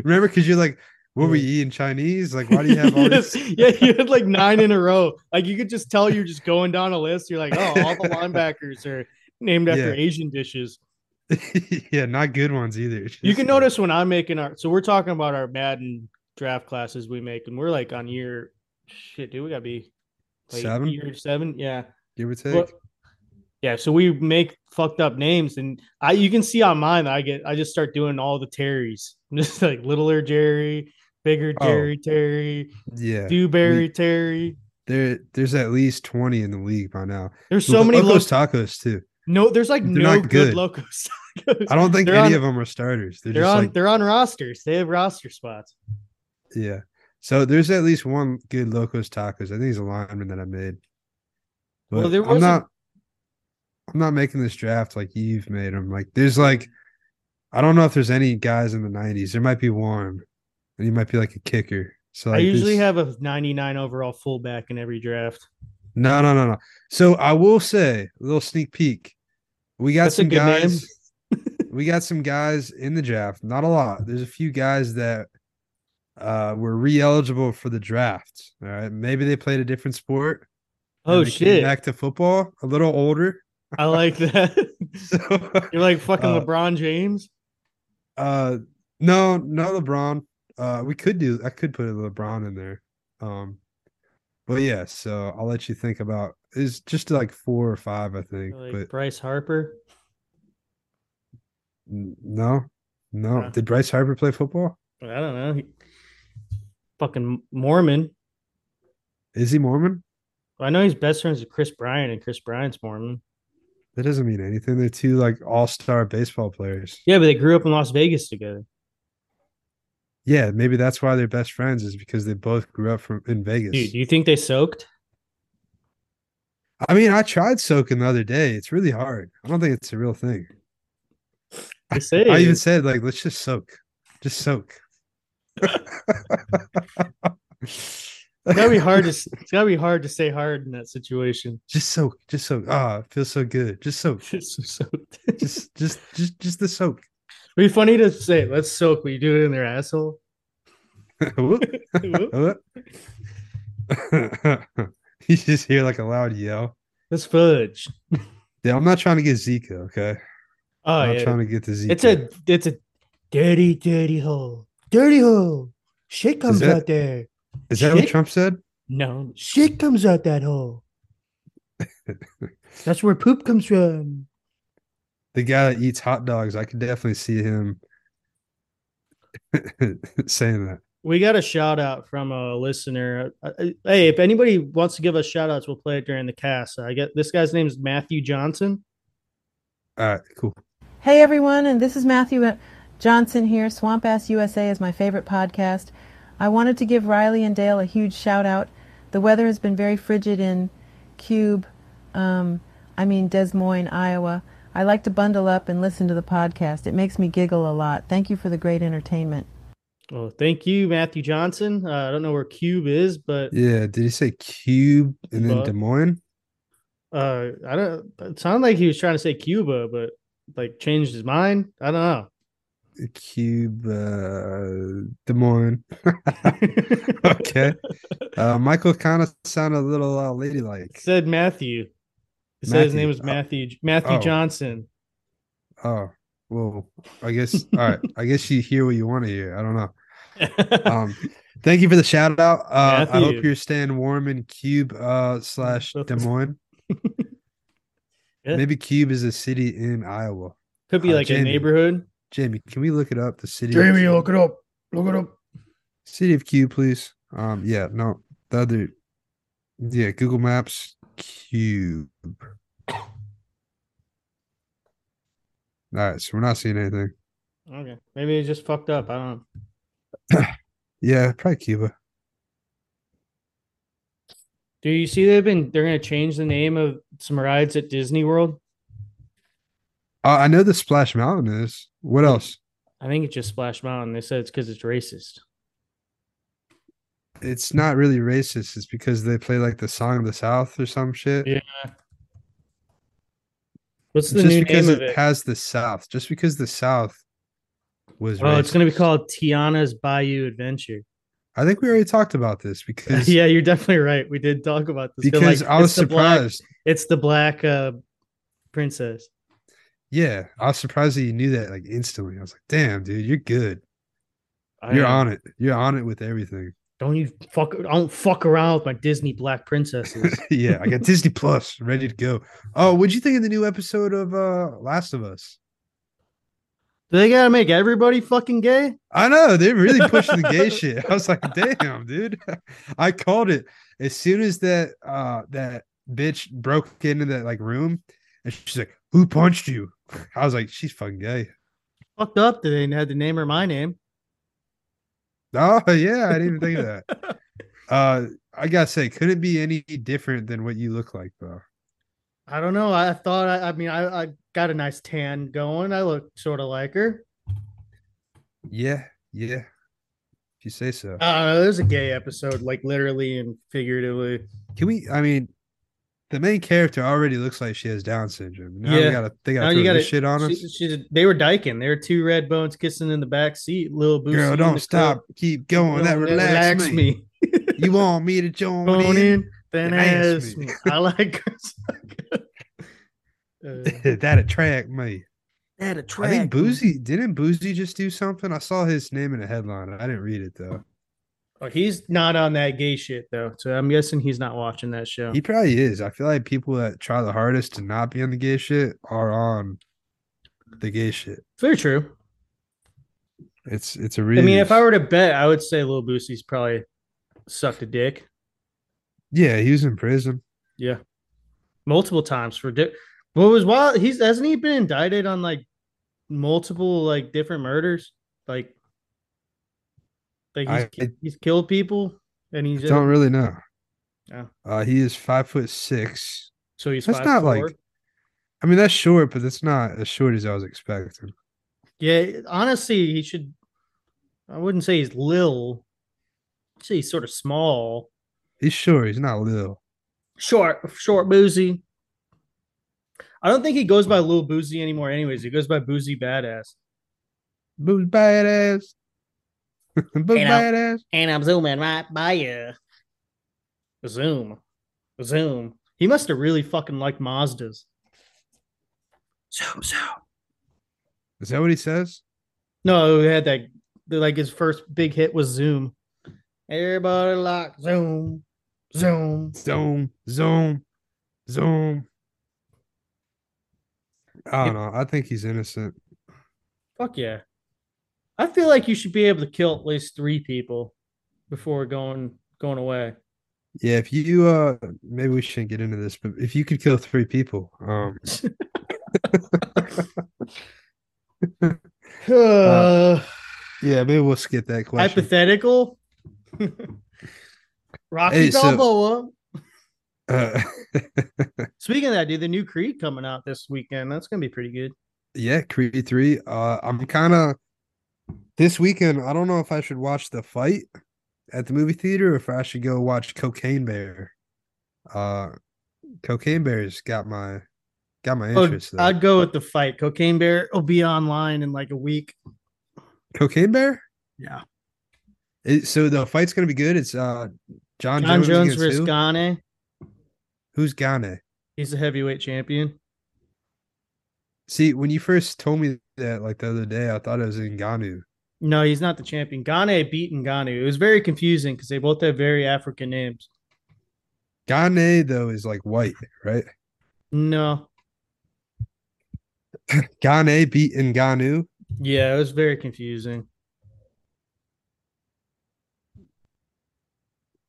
[SPEAKER 2] Remember, because you're like, what were
[SPEAKER 1] Yeah.
[SPEAKER 2] you eating Chinese? Like, why do you have all
[SPEAKER 1] Yes.
[SPEAKER 2] this?
[SPEAKER 1] Yeah, you had like nine in a row. Like you could just tell you're just going down a list. You're like, oh, all the linebackers are named after
[SPEAKER 2] Yeah.
[SPEAKER 1] Asian dishes.
[SPEAKER 2] yeah, not good ones either. It's
[SPEAKER 1] You
[SPEAKER 2] just
[SPEAKER 1] can
[SPEAKER 2] like-
[SPEAKER 1] notice when I'm making our so we're talking about our Madden draft classes we make, and we're like on year shit, dude. We gotta be like
[SPEAKER 2] Seven?
[SPEAKER 1] year seven. Yeah.
[SPEAKER 2] give or take.
[SPEAKER 1] But- yeah, so we make fucked up names, and I you can see on mine I get I just start doing all the Terrys, I'm just like littler Jerry, bigger
[SPEAKER 2] Oh.
[SPEAKER 1] Jerry Terry,
[SPEAKER 2] yeah,
[SPEAKER 1] Dewberry Terry.
[SPEAKER 2] there, there's at least twenty in the league by now.
[SPEAKER 1] There's so many
[SPEAKER 2] locos
[SPEAKER 1] locos.
[SPEAKER 2] tacos too.
[SPEAKER 1] No, there's like
[SPEAKER 2] They're
[SPEAKER 1] no
[SPEAKER 2] not
[SPEAKER 1] good,
[SPEAKER 2] good.
[SPEAKER 1] locos.
[SPEAKER 2] I don't think
[SPEAKER 1] They're on-
[SPEAKER 2] any of them are starters. They're,
[SPEAKER 1] They're
[SPEAKER 2] just
[SPEAKER 1] on
[SPEAKER 2] like,
[SPEAKER 1] they're on rosters. They have roster spots.
[SPEAKER 2] yeah. So there's at least one good locos tacos. I think he's a lineman that I made. But
[SPEAKER 1] Well, there
[SPEAKER 2] I'm
[SPEAKER 1] wasn't-
[SPEAKER 2] not. I'm not making this draft like you've made them. Like there's like, I don't know if there's any guys in the '90s. There might be one, and he might be like a kicker. So
[SPEAKER 1] I
[SPEAKER 2] like,
[SPEAKER 1] usually
[SPEAKER 2] this-
[SPEAKER 1] have a 99 overall fullback in every draft.
[SPEAKER 2] No, no, no, no. So I will say a little sneak peek. We got
[SPEAKER 1] That's a
[SPEAKER 2] some
[SPEAKER 1] good name.
[SPEAKER 2] guys. we got some guys in the draft. Not a lot. There's a few guys that uh were re-eligible for the draft. All right. Maybe they played a different sport. and
[SPEAKER 1] Oh
[SPEAKER 2] they came
[SPEAKER 1] shit,
[SPEAKER 2] Back to football, a little older.
[SPEAKER 1] I like that.
[SPEAKER 2] So
[SPEAKER 1] You're like fucking
[SPEAKER 2] Uh,
[SPEAKER 1] LeBron James.
[SPEAKER 2] uh no, no LeBron. Uh we could do I could put a LeBron in there. Um but yeah, so I'll let you think about it's just like four or five, I think.
[SPEAKER 1] You're like
[SPEAKER 2] but
[SPEAKER 1] Bryce Harper.
[SPEAKER 2] N- No, no.
[SPEAKER 1] Huh.
[SPEAKER 2] Did Bryce Harper play football?
[SPEAKER 1] I don't know. He- fucking Mormon.
[SPEAKER 2] Is he Mormon?
[SPEAKER 1] I know he's best friends with Chris Bryant, and Chris Bryant's Mormon.
[SPEAKER 2] That doesn't mean anything. They're two like all-star baseball players.
[SPEAKER 1] Yeah, but they grew up in Las Vegas together.
[SPEAKER 2] Yeah, maybe that's why they're best friends is because they both grew up from in Vegas.
[SPEAKER 1] Dude, do you think they soaked?
[SPEAKER 2] I mean, I tried soaking the other day. It's really hard. I don't think it's a real thing.
[SPEAKER 1] They say
[SPEAKER 2] I even said like, let's just soak, just soak.
[SPEAKER 1] it's gotta be hard to s- it's gotta be hard to stay hard in that situation.
[SPEAKER 2] just soak, just soak. Ah, it feels so good. Just soak,
[SPEAKER 1] It's so soaked.
[SPEAKER 2] just, just, just, just the soak.
[SPEAKER 1] It'd be funny to say, let's soak, but you do it in their asshole.
[SPEAKER 2] Whoop. Whoop. you just hear like a loud yell.
[SPEAKER 1] It's fudge.
[SPEAKER 2] Yeah, I'm not trying to get Zika, okay?
[SPEAKER 1] Oh
[SPEAKER 2] I'm not
[SPEAKER 1] yeah.
[SPEAKER 2] trying to get the Zika.
[SPEAKER 1] It's a it's a dirty, dirty hole. Dirty hole. Shit comes
[SPEAKER 2] that-
[SPEAKER 1] out there.
[SPEAKER 2] Is that what
[SPEAKER 1] shit.
[SPEAKER 2] Trump said?
[SPEAKER 1] No. Shit comes out that hole. That's where poop comes from.
[SPEAKER 2] The guy that eats hot dogs, I could definitely see him saying that.
[SPEAKER 1] We got a shout out from a listener. Uh, uh, Hey, if anybody wants to give us shout outs, we'll play it during the cast. I get this guy's name is Matthew Johnson.
[SPEAKER 2] All right, cool.
[SPEAKER 3] Hey everyone, and this is Matthew Johnson here. Swamp Ass USA is my favorite podcast. I wanted to give Riley and Dale a huge shout out. The weather has been very frigid in Cube, um, I mean Des Moines, Iowa. I like to bundle up and listen to the podcast. It makes me giggle a lot. Thank you for the great entertainment.
[SPEAKER 2] Oh,
[SPEAKER 1] Well, thank you, Matthew Johnson. Uh, I don't know where Cube is, but
[SPEAKER 2] Yeah, did he say Cube and then
[SPEAKER 1] Fuck.
[SPEAKER 2] Des Moines?
[SPEAKER 1] uh, I don't. It sounded like he was trying to say Cuba, but like changed his mind. I don't know.
[SPEAKER 2] Cube, uh, Des Moines. okay. Uh, Michael kind of sounded a little uh,
[SPEAKER 1] It
[SPEAKER 2] ladylike.
[SPEAKER 1] said Matthew. It said his
[SPEAKER 2] Matthew.
[SPEAKER 1] name was
[SPEAKER 2] Oh.
[SPEAKER 1] Matthew Matthew
[SPEAKER 2] Oh.
[SPEAKER 1] Johnson.
[SPEAKER 2] Oh, well, I guess. All right. I guess you hear what you want to hear. I don't know. Um, thank you for the shout out. Uh, I
[SPEAKER 1] Matthew.
[SPEAKER 2] hope you're staying warm in Cube uh, slash Des Moines.
[SPEAKER 1] Yeah.
[SPEAKER 2] Maybe Cube is a city in Iowa.
[SPEAKER 1] Could be
[SPEAKER 2] uh,
[SPEAKER 1] like a
[SPEAKER 2] Jamie.
[SPEAKER 1] neighborhood.
[SPEAKER 2] Jamie, can we look it up? The city,
[SPEAKER 1] Jamie,
[SPEAKER 2] of,
[SPEAKER 1] look it up. Look it up.
[SPEAKER 2] city of Cube, please. Um, yeah, no, the other, yeah, Google Maps Cube. All right, so we're not seeing anything.
[SPEAKER 1] Okay, maybe it just fucked up. I don't know.
[SPEAKER 2] Yeah, probably Cuba.
[SPEAKER 1] Do you see they've been they're gonna change the name of some rides at Disney World?
[SPEAKER 2] Uh, I know the Splash Mountain is. What else?
[SPEAKER 1] I think it's just Splash Mountain. They said it's because it's racist.
[SPEAKER 2] It's not really racist. It's because they play like the song of the South or some shit.
[SPEAKER 1] Yeah. What's the
[SPEAKER 2] just
[SPEAKER 1] new
[SPEAKER 2] because
[SPEAKER 1] name
[SPEAKER 2] it,
[SPEAKER 1] of it?
[SPEAKER 2] has the South. Just because the South was.
[SPEAKER 1] Oh, it's
[SPEAKER 2] racist.
[SPEAKER 1] gonna be called Tiana's Bayou Adventure.
[SPEAKER 2] I think we already talked about this because
[SPEAKER 1] yeah, you're definitely right. We did talk about this They're
[SPEAKER 2] because
[SPEAKER 1] like,
[SPEAKER 2] I was
[SPEAKER 1] it's the black-
[SPEAKER 2] surprised.
[SPEAKER 1] it's the black uh, princess.
[SPEAKER 2] Yeah, I was surprised that you knew that like instantly. I was like, "Damn, dude, you're good.
[SPEAKER 1] I
[SPEAKER 2] You're
[SPEAKER 1] am.
[SPEAKER 2] on it. You're on it with everything."
[SPEAKER 1] Don't you fuck? I don't fuck around with my Disney black princesses.
[SPEAKER 2] yeah, I got Disney Plus ready to go. Oh, what'd you think of the new episode of uh Last of Us?
[SPEAKER 1] Do they gotta make everybody fucking gay?
[SPEAKER 2] I know they're really pushing the gay shit. I was like, "Damn, dude, I called it as soon as that uh that bitch broke into that like room, and she's like, "Who punched you?" I was like, "She's fucking gay."
[SPEAKER 1] Fucked up. that They had to name her my name.
[SPEAKER 2] Oh yeah, I didn't even think of that. Uh, I gotta say, couldn't be any different than what you look like though.
[SPEAKER 1] I don't know. I thought. I, I mean, I, I got a nice tan going. I look sort of like her.
[SPEAKER 2] Yeah, yeah. If you say so.
[SPEAKER 1] I don't know. There's a gay episode, like literally and figuratively.
[SPEAKER 2] Can we? I mean, the main character already looks like she has Down syndrome. Now
[SPEAKER 1] Yeah.
[SPEAKER 2] we gotta, they
[SPEAKER 1] Now
[SPEAKER 2] gotta
[SPEAKER 1] you
[SPEAKER 2] throw
[SPEAKER 1] gotta-
[SPEAKER 2] this shit on us.
[SPEAKER 1] She, she's they were dyking. They were two red bones kissing in the back seat. Little boosie.
[SPEAKER 2] Girl,
[SPEAKER 1] in
[SPEAKER 2] don't
[SPEAKER 1] the
[SPEAKER 2] stop.
[SPEAKER 1] cup.
[SPEAKER 2] Keep going. that relax, me. you want me to join
[SPEAKER 1] Bone
[SPEAKER 2] in?
[SPEAKER 1] in, then
[SPEAKER 2] then ask
[SPEAKER 1] ask
[SPEAKER 2] me.
[SPEAKER 1] me. I like. Uh,
[SPEAKER 2] that attract me. That attract. I think Boozy didn't Boozy just do something. I saw his name in a headline. I didn't read it though.
[SPEAKER 1] Oh, he's not on that gay shit though, so I'm guessing he's not watching that show.
[SPEAKER 2] He probably is. I feel like people that try the hardest to not be on the gay shit are on the gay shit.
[SPEAKER 1] Very true.
[SPEAKER 2] It's it's a real.
[SPEAKER 1] I mean, if I were to bet, I would say Lil Boosie's probably sucked a dick.
[SPEAKER 2] yeah, he was in prison.
[SPEAKER 1] Yeah, multiple times for dick. What was wild? He's hasn't he been indicted on like multiple like different murders? Like, like he's,
[SPEAKER 2] I-
[SPEAKER 1] ki- he's killed people, and he's
[SPEAKER 2] Don't really know.
[SPEAKER 1] Yeah.
[SPEAKER 2] Uh, he is five foot six.
[SPEAKER 1] so he's
[SPEAKER 2] That's
[SPEAKER 1] five
[SPEAKER 2] not
[SPEAKER 1] four.
[SPEAKER 2] like. I mean, that's short, but that's not as short as I was expecting.
[SPEAKER 1] Yeah, honestly, he should. I wouldn't say he's lil. I'd say he's sort of small,
[SPEAKER 2] He's short. He's not little.
[SPEAKER 1] short, short boozy. I don't think he goes by Lil Boozy anymore. Anyways, he goes by Boozy Badass.
[SPEAKER 2] Boo's badass. Big
[SPEAKER 1] You know.
[SPEAKER 2] badass.
[SPEAKER 1] and I'm zooming right by you. Zoom, zoom. He must have really fucking liked Mazdas. Zoom, zoom.
[SPEAKER 2] Is that what he says?
[SPEAKER 1] No, he had that. Like his first big hit was Zoom. Everybody like Zoom, Zoom.
[SPEAKER 2] Zoom, zoom, zoom. I don't know. I think he's innocent.
[SPEAKER 1] Fuck yeah. I feel like you should be able to kill at least three people before going going away.
[SPEAKER 2] Yeah, if you uh maybe we shouldn't get into this, but if you could kill three people, um Uh, yeah, maybe we'll skip that question.
[SPEAKER 1] hypothetical. Rocky
[SPEAKER 2] Hey, so-
[SPEAKER 1] Balboa.
[SPEAKER 2] Uh,
[SPEAKER 1] Speaking of that, dude, the new Creed coming out this weekend. That's gonna be pretty good.
[SPEAKER 2] yeah, Creed 3. Uh I'm kind of this weekend, I don't know if I should watch the fight at the movie theater or if I should go watch Cocaine Bear. Uh Cocaine Bear's got my got my
[SPEAKER 1] Oh,
[SPEAKER 2] interest. though.
[SPEAKER 1] I'd go with the fight. Cocaine Bear will be online in like a week.
[SPEAKER 2] Cocaine Bear?
[SPEAKER 1] Yeah.
[SPEAKER 2] It, so the fight's gonna be good. It's uh
[SPEAKER 1] John
[SPEAKER 2] John, Jones,
[SPEAKER 1] Jones
[SPEAKER 2] against
[SPEAKER 1] versus
[SPEAKER 2] who?
[SPEAKER 1] Gane.
[SPEAKER 2] Who's Ghana?
[SPEAKER 1] He's the heavyweight champion.
[SPEAKER 2] See, when you first told me that like the other day, I thought it was Ngannou.
[SPEAKER 1] No, he's not the champion. Gane beat Ngannou. It was very confusing because they both have very African names.
[SPEAKER 2] Ghana though is like white, right?
[SPEAKER 1] No.
[SPEAKER 2] Ghana beat Ngannou.
[SPEAKER 1] Yeah, it was very confusing.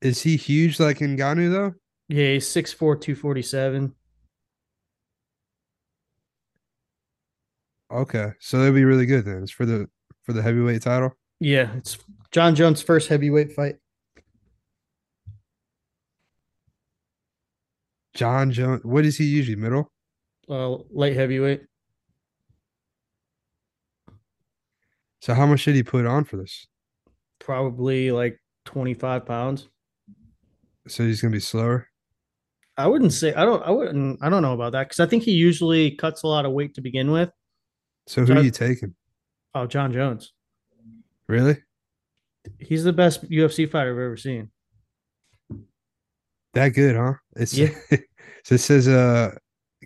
[SPEAKER 2] Is he huge like Ngannou though?
[SPEAKER 1] Yeah, he's 6'4", 247.
[SPEAKER 2] Okay, so that'd be really good then. It's for the for the heavyweight title.
[SPEAKER 1] Yeah, it's John Jones' first heavyweight fight.
[SPEAKER 2] John Jones. What is he usually middle?
[SPEAKER 1] Uh, light heavyweight.
[SPEAKER 2] So how much did he put on for this?
[SPEAKER 1] Probably like 25 pounds.
[SPEAKER 2] So he's gonna be slower.
[SPEAKER 1] I wouldn't say I don't I wouldn't I don't know about that because I think he usually cuts a lot of weight to begin with.
[SPEAKER 2] So who
[SPEAKER 1] John-
[SPEAKER 2] are you taking?
[SPEAKER 1] Oh, John Jones.
[SPEAKER 2] Really?
[SPEAKER 1] He's the best UFC fighter I've ever seen.
[SPEAKER 2] That good, huh? It's
[SPEAKER 1] Yeah.
[SPEAKER 2] so it says uh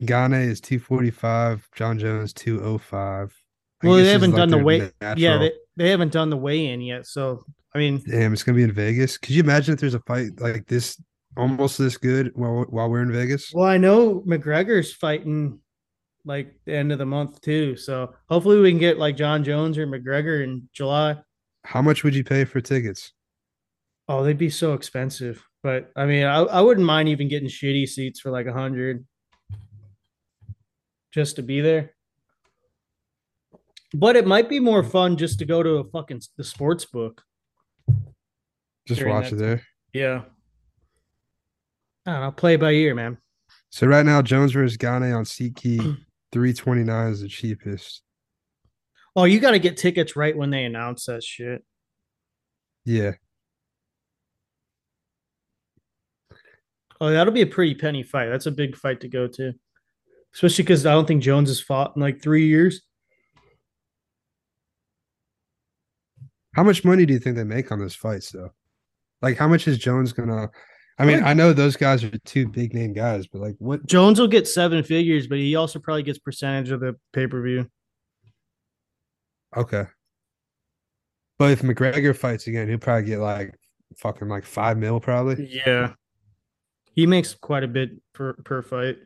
[SPEAKER 2] Ghana is two forty five, John Jones two oh five.
[SPEAKER 1] Well, they haven't done the weight. Yeah, they, they haven't done the weigh in yet. So I mean,
[SPEAKER 2] Damn, it's gonna be in Vegas. Could you imagine if there's a fight like this, almost this good, while while we're in Vegas?
[SPEAKER 1] well, I know McGregor's fighting like the end of the month too. So hopefully we can get like John Jones or McGregor in July.
[SPEAKER 2] How much would you pay for tickets?
[SPEAKER 1] Oh, they'd be so expensive. But I mean, I, I wouldn't mind even getting shitty seats for like a hundred just to be there. But it might be more fun just to go to a fucking s- the sports book.
[SPEAKER 2] Just
[SPEAKER 1] During
[SPEAKER 2] watch
[SPEAKER 1] that
[SPEAKER 2] it there.
[SPEAKER 1] Yeah. I don't know. Play by ear, man.
[SPEAKER 2] So right now, Jones versus Ghana on SeatGeek, three twenty nine is the cheapest.
[SPEAKER 1] Oh, you got to get tickets right when they announce that shit.
[SPEAKER 2] Yeah,
[SPEAKER 1] Oh, that'll be a pretty penny fight. That's a big fight to go to, especially because I don't think Jones has fought in like three years.
[SPEAKER 2] how much money do you think they make on those fights though? Like, how much is Jones gonna? I mean, I know those guys are two big name guys, but like, what
[SPEAKER 1] Jones will get seven figures, but he also probably gets percentage of the pay per view.
[SPEAKER 2] Okay. But if McGregor fights again, he'll probably get like fucking like five mil, probably.
[SPEAKER 1] Yeah. He makes quite a bit per, per fight.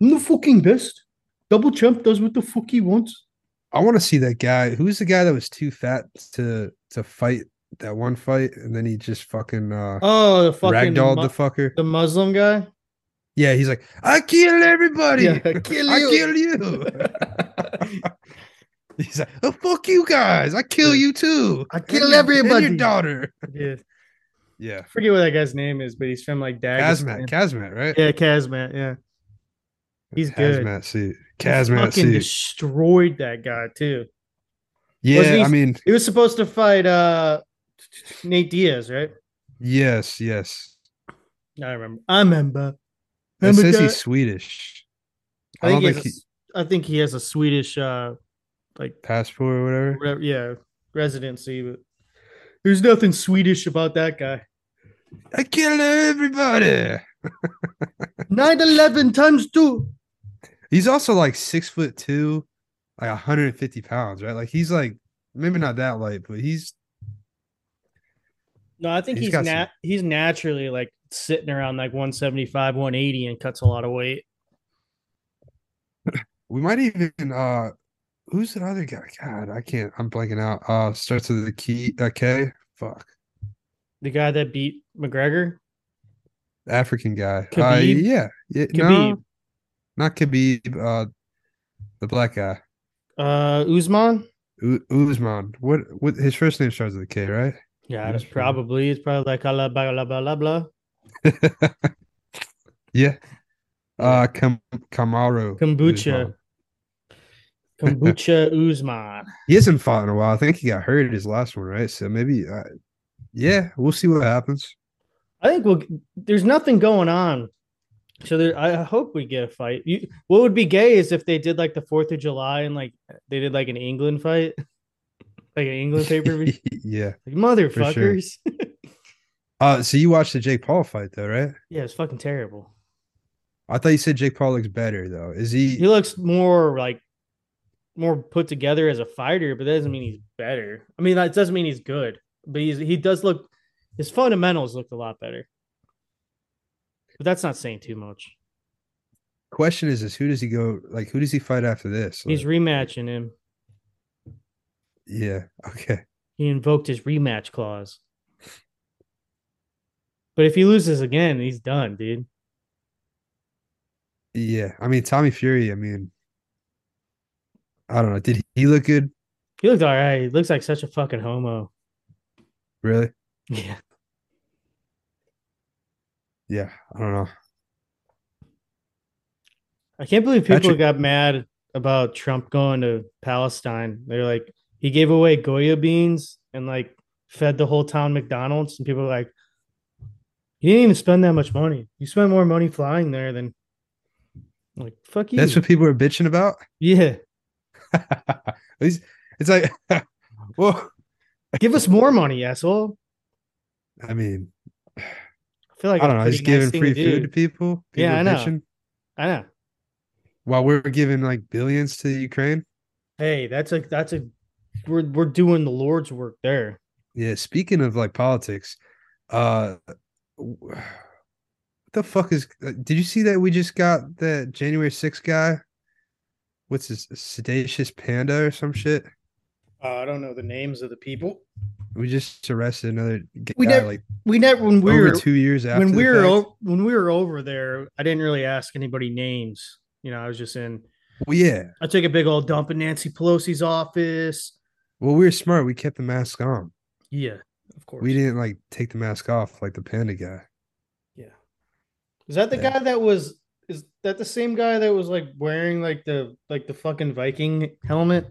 [SPEAKER 1] I'm the fucking best. Double champ does what the fuck he wants.
[SPEAKER 2] I want to see that guy. Who's the guy that was too fat to to fight that one fight, and then he just fucking uh
[SPEAKER 1] Oh, the fucking
[SPEAKER 2] ragdolled
[SPEAKER 1] mu-
[SPEAKER 2] the fucker.
[SPEAKER 1] the Muslim guy.
[SPEAKER 2] Yeah, he's like, I kill everybody.
[SPEAKER 1] Yeah, kill
[SPEAKER 2] I
[SPEAKER 1] you."
[SPEAKER 2] kill you. he's like, oh fuck you guys. I kill
[SPEAKER 1] Yeah.
[SPEAKER 2] you too.
[SPEAKER 1] I
[SPEAKER 2] And
[SPEAKER 1] kill
[SPEAKER 2] your- and
[SPEAKER 1] everybody."
[SPEAKER 2] your daughter.
[SPEAKER 1] Yeah.
[SPEAKER 2] Yeah,
[SPEAKER 1] I forget what that guy's name is, but he's from like
[SPEAKER 2] Kazmat,
[SPEAKER 1] Dagestan.
[SPEAKER 2] Kazmat, right?
[SPEAKER 1] yeah, Kazmat. Yeah. He's good.
[SPEAKER 2] Kazmat suit.
[SPEAKER 1] He
[SPEAKER 2] Kazmat
[SPEAKER 1] fucking
[SPEAKER 2] suit.
[SPEAKER 1] destroyed that guy too. Wasn't
[SPEAKER 2] Yeah,
[SPEAKER 1] he-
[SPEAKER 2] I mean,
[SPEAKER 1] He was supposed to fight uh Nate Diaz, right?
[SPEAKER 2] Yes, yes.
[SPEAKER 1] I remember. I remember.
[SPEAKER 2] It
[SPEAKER 1] Remember
[SPEAKER 2] says
[SPEAKER 1] that?
[SPEAKER 2] he's Swedish.
[SPEAKER 1] I
[SPEAKER 2] I
[SPEAKER 1] think, he
[SPEAKER 2] don't think
[SPEAKER 1] has a
[SPEAKER 2] he,
[SPEAKER 1] s- I think he has a Swedish uh, like
[SPEAKER 2] passport or whatever.
[SPEAKER 1] re- yeah residency, but there's nothing Swedish about that guy.
[SPEAKER 2] I killed everybody.
[SPEAKER 1] Nine eleven times two.
[SPEAKER 2] He's also like six foot two, like 150 pounds, right? Like he's like maybe not that light, but he's
[SPEAKER 1] No, I think
[SPEAKER 2] He's
[SPEAKER 1] he's
[SPEAKER 2] got some-
[SPEAKER 1] nat- he's naturally like sitting around like 175, 180 and cuts a lot of weight.
[SPEAKER 2] we might even uh who's the other guy? God, I can't I'm blanking out. Uh starts with the key uh, K. Fuck.
[SPEAKER 1] The guy that beat McGregor,
[SPEAKER 2] African guy. Uh,
[SPEAKER 1] Khabib?
[SPEAKER 2] yeah. yeah
[SPEAKER 1] Khabib.
[SPEAKER 2] No, not Khabib, uh the black guy.
[SPEAKER 1] uh Usman?
[SPEAKER 2] U- Uzman. What what his first name starts with a K, right?
[SPEAKER 1] Yeah, it's
[SPEAKER 2] Usman.
[SPEAKER 1] probably it's probably like blah blah blah blah blah.
[SPEAKER 2] yeah. Uh Kam- Kamaru.
[SPEAKER 1] Kombucha.
[SPEAKER 2] Usman.
[SPEAKER 1] Kombucha Usman.
[SPEAKER 2] He hasn't fought in a while. I think he got hurt at his last one, right? So maybe uh, yeah, we'll see what happens.
[SPEAKER 1] I think we'll. There's nothing going on, so there. I hope we get a fight. You, what would be gay is if they did like the Fourth of July and like they did like an England fight, like an England pay per view.
[SPEAKER 2] yeah.
[SPEAKER 1] like motherfuckers.
[SPEAKER 2] Uh so you watched the Jake Paul fight though, right?
[SPEAKER 1] yeah, it's fucking terrible.
[SPEAKER 2] I thought you said Jake Paul looks better though. Is he,
[SPEAKER 1] He looks more like more put together as a fighter, but that doesn't mean he's better. I mean, that doesn't mean he's good, but he's he does look. His fundamentals look a lot better, but that's not saying too much.
[SPEAKER 2] question is is who does he go like who does he fight after this?
[SPEAKER 1] He's
[SPEAKER 2] Like,
[SPEAKER 1] rematching him.
[SPEAKER 2] yeah. Okay.
[SPEAKER 1] He invoked his rematch clause. But if he loses again, he's done, dude.
[SPEAKER 2] Yeah. I mean Tommy Fury, I mean I don't know. Did he look good?
[SPEAKER 1] He looked all right. He looks like such a fucking homo.
[SPEAKER 2] Really?
[SPEAKER 1] Yeah.
[SPEAKER 2] Yeah, I don't know.
[SPEAKER 1] I can't believe people
[SPEAKER 2] Actually-
[SPEAKER 1] got mad about Trump going to Palestine. They're like, he gave away Goya beans and like fed the whole town McDonald's. And people are like, you didn't even spend that much money. You spent more money flying there than like, fuck you.
[SPEAKER 2] That's what people are bitching about.
[SPEAKER 1] yeah.
[SPEAKER 2] At least it's like, well,
[SPEAKER 1] Give us more money, asshole.
[SPEAKER 2] I mean,
[SPEAKER 1] I feel like
[SPEAKER 2] I don't
[SPEAKER 1] it's pretty
[SPEAKER 2] know.
[SPEAKER 1] nice
[SPEAKER 2] Just giving
[SPEAKER 1] thing to
[SPEAKER 2] free food
[SPEAKER 1] do.
[SPEAKER 2] to people. people
[SPEAKER 1] Yeah,
[SPEAKER 2] are
[SPEAKER 1] I know.
[SPEAKER 2] bitching,
[SPEAKER 1] I know.
[SPEAKER 2] While we're giving like billions to Ukraine.
[SPEAKER 1] Hey, that's a that's a we're we're doing the Lord's work there.
[SPEAKER 2] Yeah. Speaking of like politics, uh, w- what the fuck is? uh, Did you see that we just got that January 6th guy? What's his sedacious panda or some shit?
[SPEAKER 1] Uh, I don't know the names of the people.
[SPEAKER 2] We just arrested another guy
[SPEAKER 1] We never-
[SPEAKER 2] like
[SPEAKER 1] We never when we
[SPEAKER 2] over
[SPEAKER 1] were
[SPEAKER 2] two years after
[SPEAKER 1] when
[SPEAKER 2] the
[SPEAKER 1] we were
[SPEAKER 2] fact.
[SPEAKER 1] o- when we were over there. I didn't really ask anybody names. You know, I was just in.
[SPEAKER 2] Well, yeah.
[SPEAKER 1] I took a big old dump in Nancy Pelosi's office.
[SPEAKER 2] Well, we were smart. We kept the mask on.
[SPEAKER 1] Yeah, of course.
[SPEAKER 2] We didn't like take the mask off like the panda guy.
[SPEAKER 1] Is that the
[SPEAKER 2] Yeah.
[SPEAKER 1] guy that was? Is that the same guy that was like wearing like the like the fucking Viking helmet?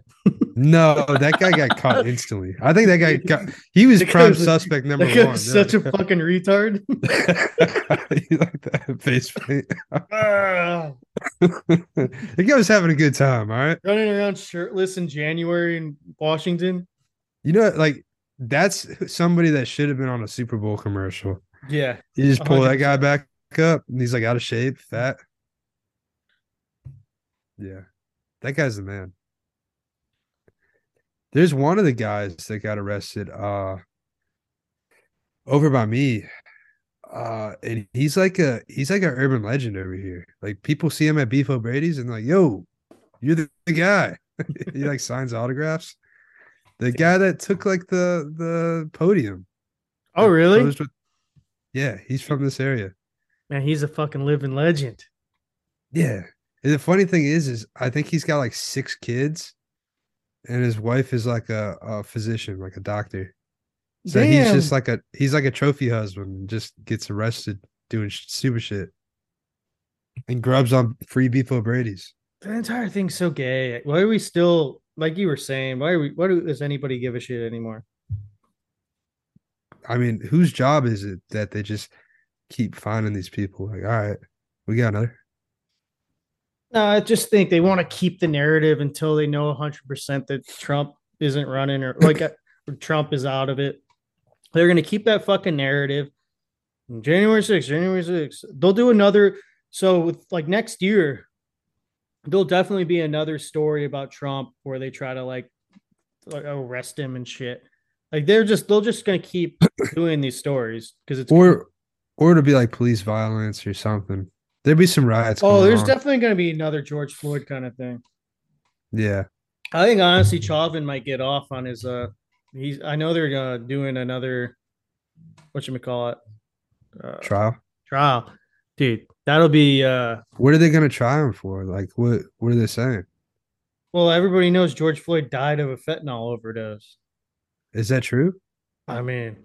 [SPEAKER 2] No, that guy got caught instantly. I think that guy got he was
[SPEAKER 1] That guy
[SPEAKER 2] prime
[SPEAKER 1] was-
[SPEAKER 2] suspect number
[SPEAKER 1] That guy
[SPEAKER 2] one.
[SPEAKER 1] was such a fucking retard.
[SPEAKER 2] you like that face paint?
[SPEAKER 1] Ah.
[SPEAKER 2] the guy was having a good time, all right.
[SPEAKER 1] running around shirtless in January in Washington.
[SPEAKER 2] You know, like that's somebody that should have been on a Super Bowl commercial.
[SPEAKER 1] Yeah,
[SPEAKER 2] You just pull that guy back up and he's like out of shape, fat. Yeah. That guy's the man. There's one of the guys that got arrested uh over by me. Uh and he's like a he's like an urban legend over here. Like people see him at Beef O'Brady's and like, yo, you're the, the guy. he like signs autographs. The guy that took like the the podium.
[SPEAKER 1] Oh,
[SPEAKER 2] that
[SPEAKER 1] really?
[SPEAKER 2] posed with- yeah, he's from this area.
[SPEAKER 1] man, he's a fucking living legend.
[SPEAKER 2] Yeah. And the funny thing is, is I think he's got like six kids, and his wife is like a, a physician, like a doctor. So he's just like a he's like a trophy husband, and just gets arrested doing sh- stupid shit, and grubs on free beef Brady's.
[SPEAKER 1] the entire thing's so gay. Why are we still like you were saying? Why are we? Why do, does anybody give a shit anymore?
[SPEAKER 2] I mean, whose job is it that they just keep finding these people? Like, all right, we got another.
[SPEAKER 1] No, I just think they want to keep the narrative until they know 100% that Trump isn't running or like uh, or Trump is out of it. They're going to keep that fucking narrative. January 6th, January 6th. They'll do another. So, with like next year, there'll definitely be another story about Trump where they try to like like, arrest him and shit. Like they're just they're just gonna keep doing these stories because it's
[SPEAKER 2] Or or it'll be like police violence or something. There'd be some riots.
[SPEAKER 1] oh
[SPEAKER 2] going
[SPEAKER 1] there's
[SPEAKER 2] on.
[SPEAKER 1] definitely gonna be another George Floyd kind of thing.
[SPEAKER 2] yeah.
[SPEAKER 1] I think honestly Chauvin might get off on his uh he's I know they're uh, doing another what you call it uh,
[SPEAKER 2] Trial.
[SPEAKER 1] trial, dude. That'll be uh
[SPEAKER 2] What are they gonna try him for? Like what what are they saying?
[SPEAKER 1] well everybody knows George Floyd died of a fentanyl overdose.
[SPEAKER 2] Is that true?
[SPEAKER 1] I mean,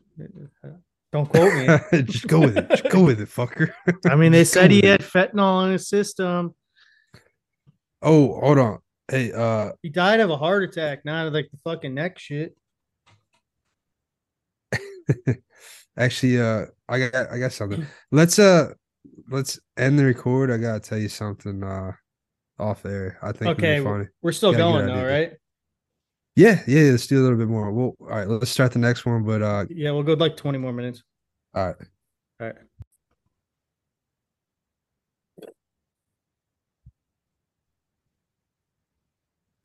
[SPEAKER 1] don't quote me.
[SPEAKER 2] Just go with it. Just go with it, fucker.
[SPEAKER 1] I mean, they
[SPEAKER 2] Just go
[SPEAKER 1] said he
[SPEAKER 2] with
[SPEAKER 1] had
[SPEAKER 2] it.
[SPEAKER 1] fentanyl in his system.
[SPEAKER 2] Oh, hold on. Hey, uh
[SPEAKER 1] He died of a heart attack, not of like the fucking neck shit.
[SPEAKER 2] actually uh I got I got something. Let's uh let's end the record. I gotta tell you something uh off air. I think
[SPEAKER 1] Okay,
[SPEAKER 2] it'd be
[SPEAKER 1] well-
[SPEAKER 2] funny.
[SPEAKER 1] We're still
[SPEAKER 2] Gotta get
[SPEAKER 1] going
[SPEAKER 2] out of
[SPEAKER 1] though,
[SPEAKER 2] here.
[SPEAKER 1] right?
[SPEAKER 2] Yeah, yeah, let's do a little bit more. Well all right, let's start the next one, but uh
[SPEAKER 1] Yeah, we'll go like 20 more minutes.
[SPEAKER 2] all right.
[SPEAKER 1] All right.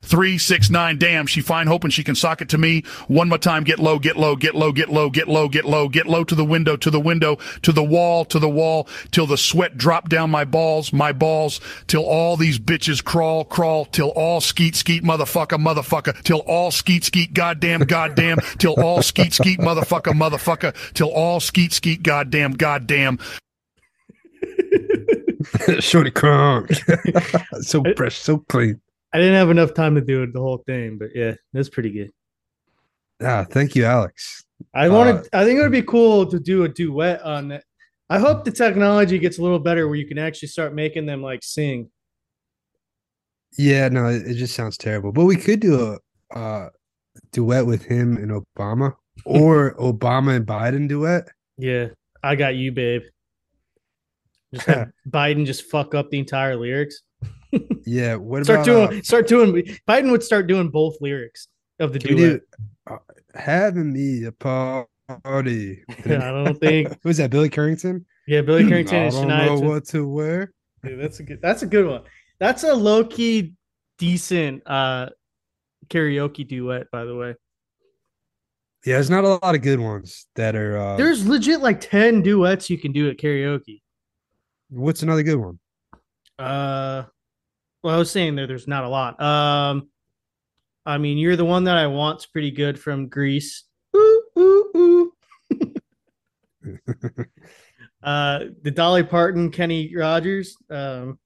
[SPEAKER 4] Three, six, nine, damn, she fine hoping she can sock it to me. One more time, get low, get low, get low, get low, get low, get low, get low to the window, to the window, to the wall, to the wall, till the sweat drop down my balls, my balls, till all these bitches crawl, crawl, till all skeet, skeet, motherfucker, motherfucker, till all skeet, skeet, goddamn, goddamn, till all skeet, skeet, motherfucker, motherfucker, till all skeet, skeet, goddamn, goddamn.
[SPEAKER 2] Shorty crunk. so fresh, so clean.
[SPEAKER 1] I didn't have enough time to do it, the whole thing, but yeah, that's pretty good.
[SPEAKER 2] Ah, thank you, Alex.
[SPEAKER 1] I
[SPEAKER 2] Uh,
[SPEAKER 1] wanted, I think it would be cool to do a duet on that. I hope the technology gets a little better where you can actually start making them like sing.
[SPEAKER 2] Yeah, no, it, it just sounds terrible. But we could do a uh, duet with him and Obama, or Obama and Biden duet.
[SPEAKER 1] Yeah, I got you, babe. Just have Biden just fuck up the entire lyrics.
[SPEAKER 2] Yeah, what
[SPEAKER 1] Start
[SPEAKER 2] about uh,
[SPEAKER 1] doing, start doing. Biden would start doing both lyrics of the
[SPEAKER 2] can we
[SPEAKER 1] duet.
[SPEAKER 2] do, uh, having me a party?
[SPEAKER 1] Yeah, I don't think.
[SPEAKER 2] Who's that? Billy Currington.
[SPEAKER 1] Yeah, Billy Carrington
[SPEAKER 2] I
[SPEAKER 1] and
[SPEAKER 2] don't
[SPEAKER 1] Shania.
[SPEAKER 2] know
[SPEAKER 1] Twain.
[SPEAKER 2] what to wear.
[SPEAKER 1] Dude, that's a good. That's a good one. That's a low key decent uh karaoke duet. By the way,
[SPEAKER 2] Yeah, there's not a lot of good ones that are. Uh,
[SPEAKER 1] there's legit like ten duets you can do at karaoke.
[SPEAKER 2] what's another good one?
[SPEAKER 1] Uh, well, I was saying there. There's not a lot. Um, I mean, you're the one that I want's pretty good from Greece. Ooh, ooh, ooh. uh, the Dolly Parton, Kenny Rogers. Um,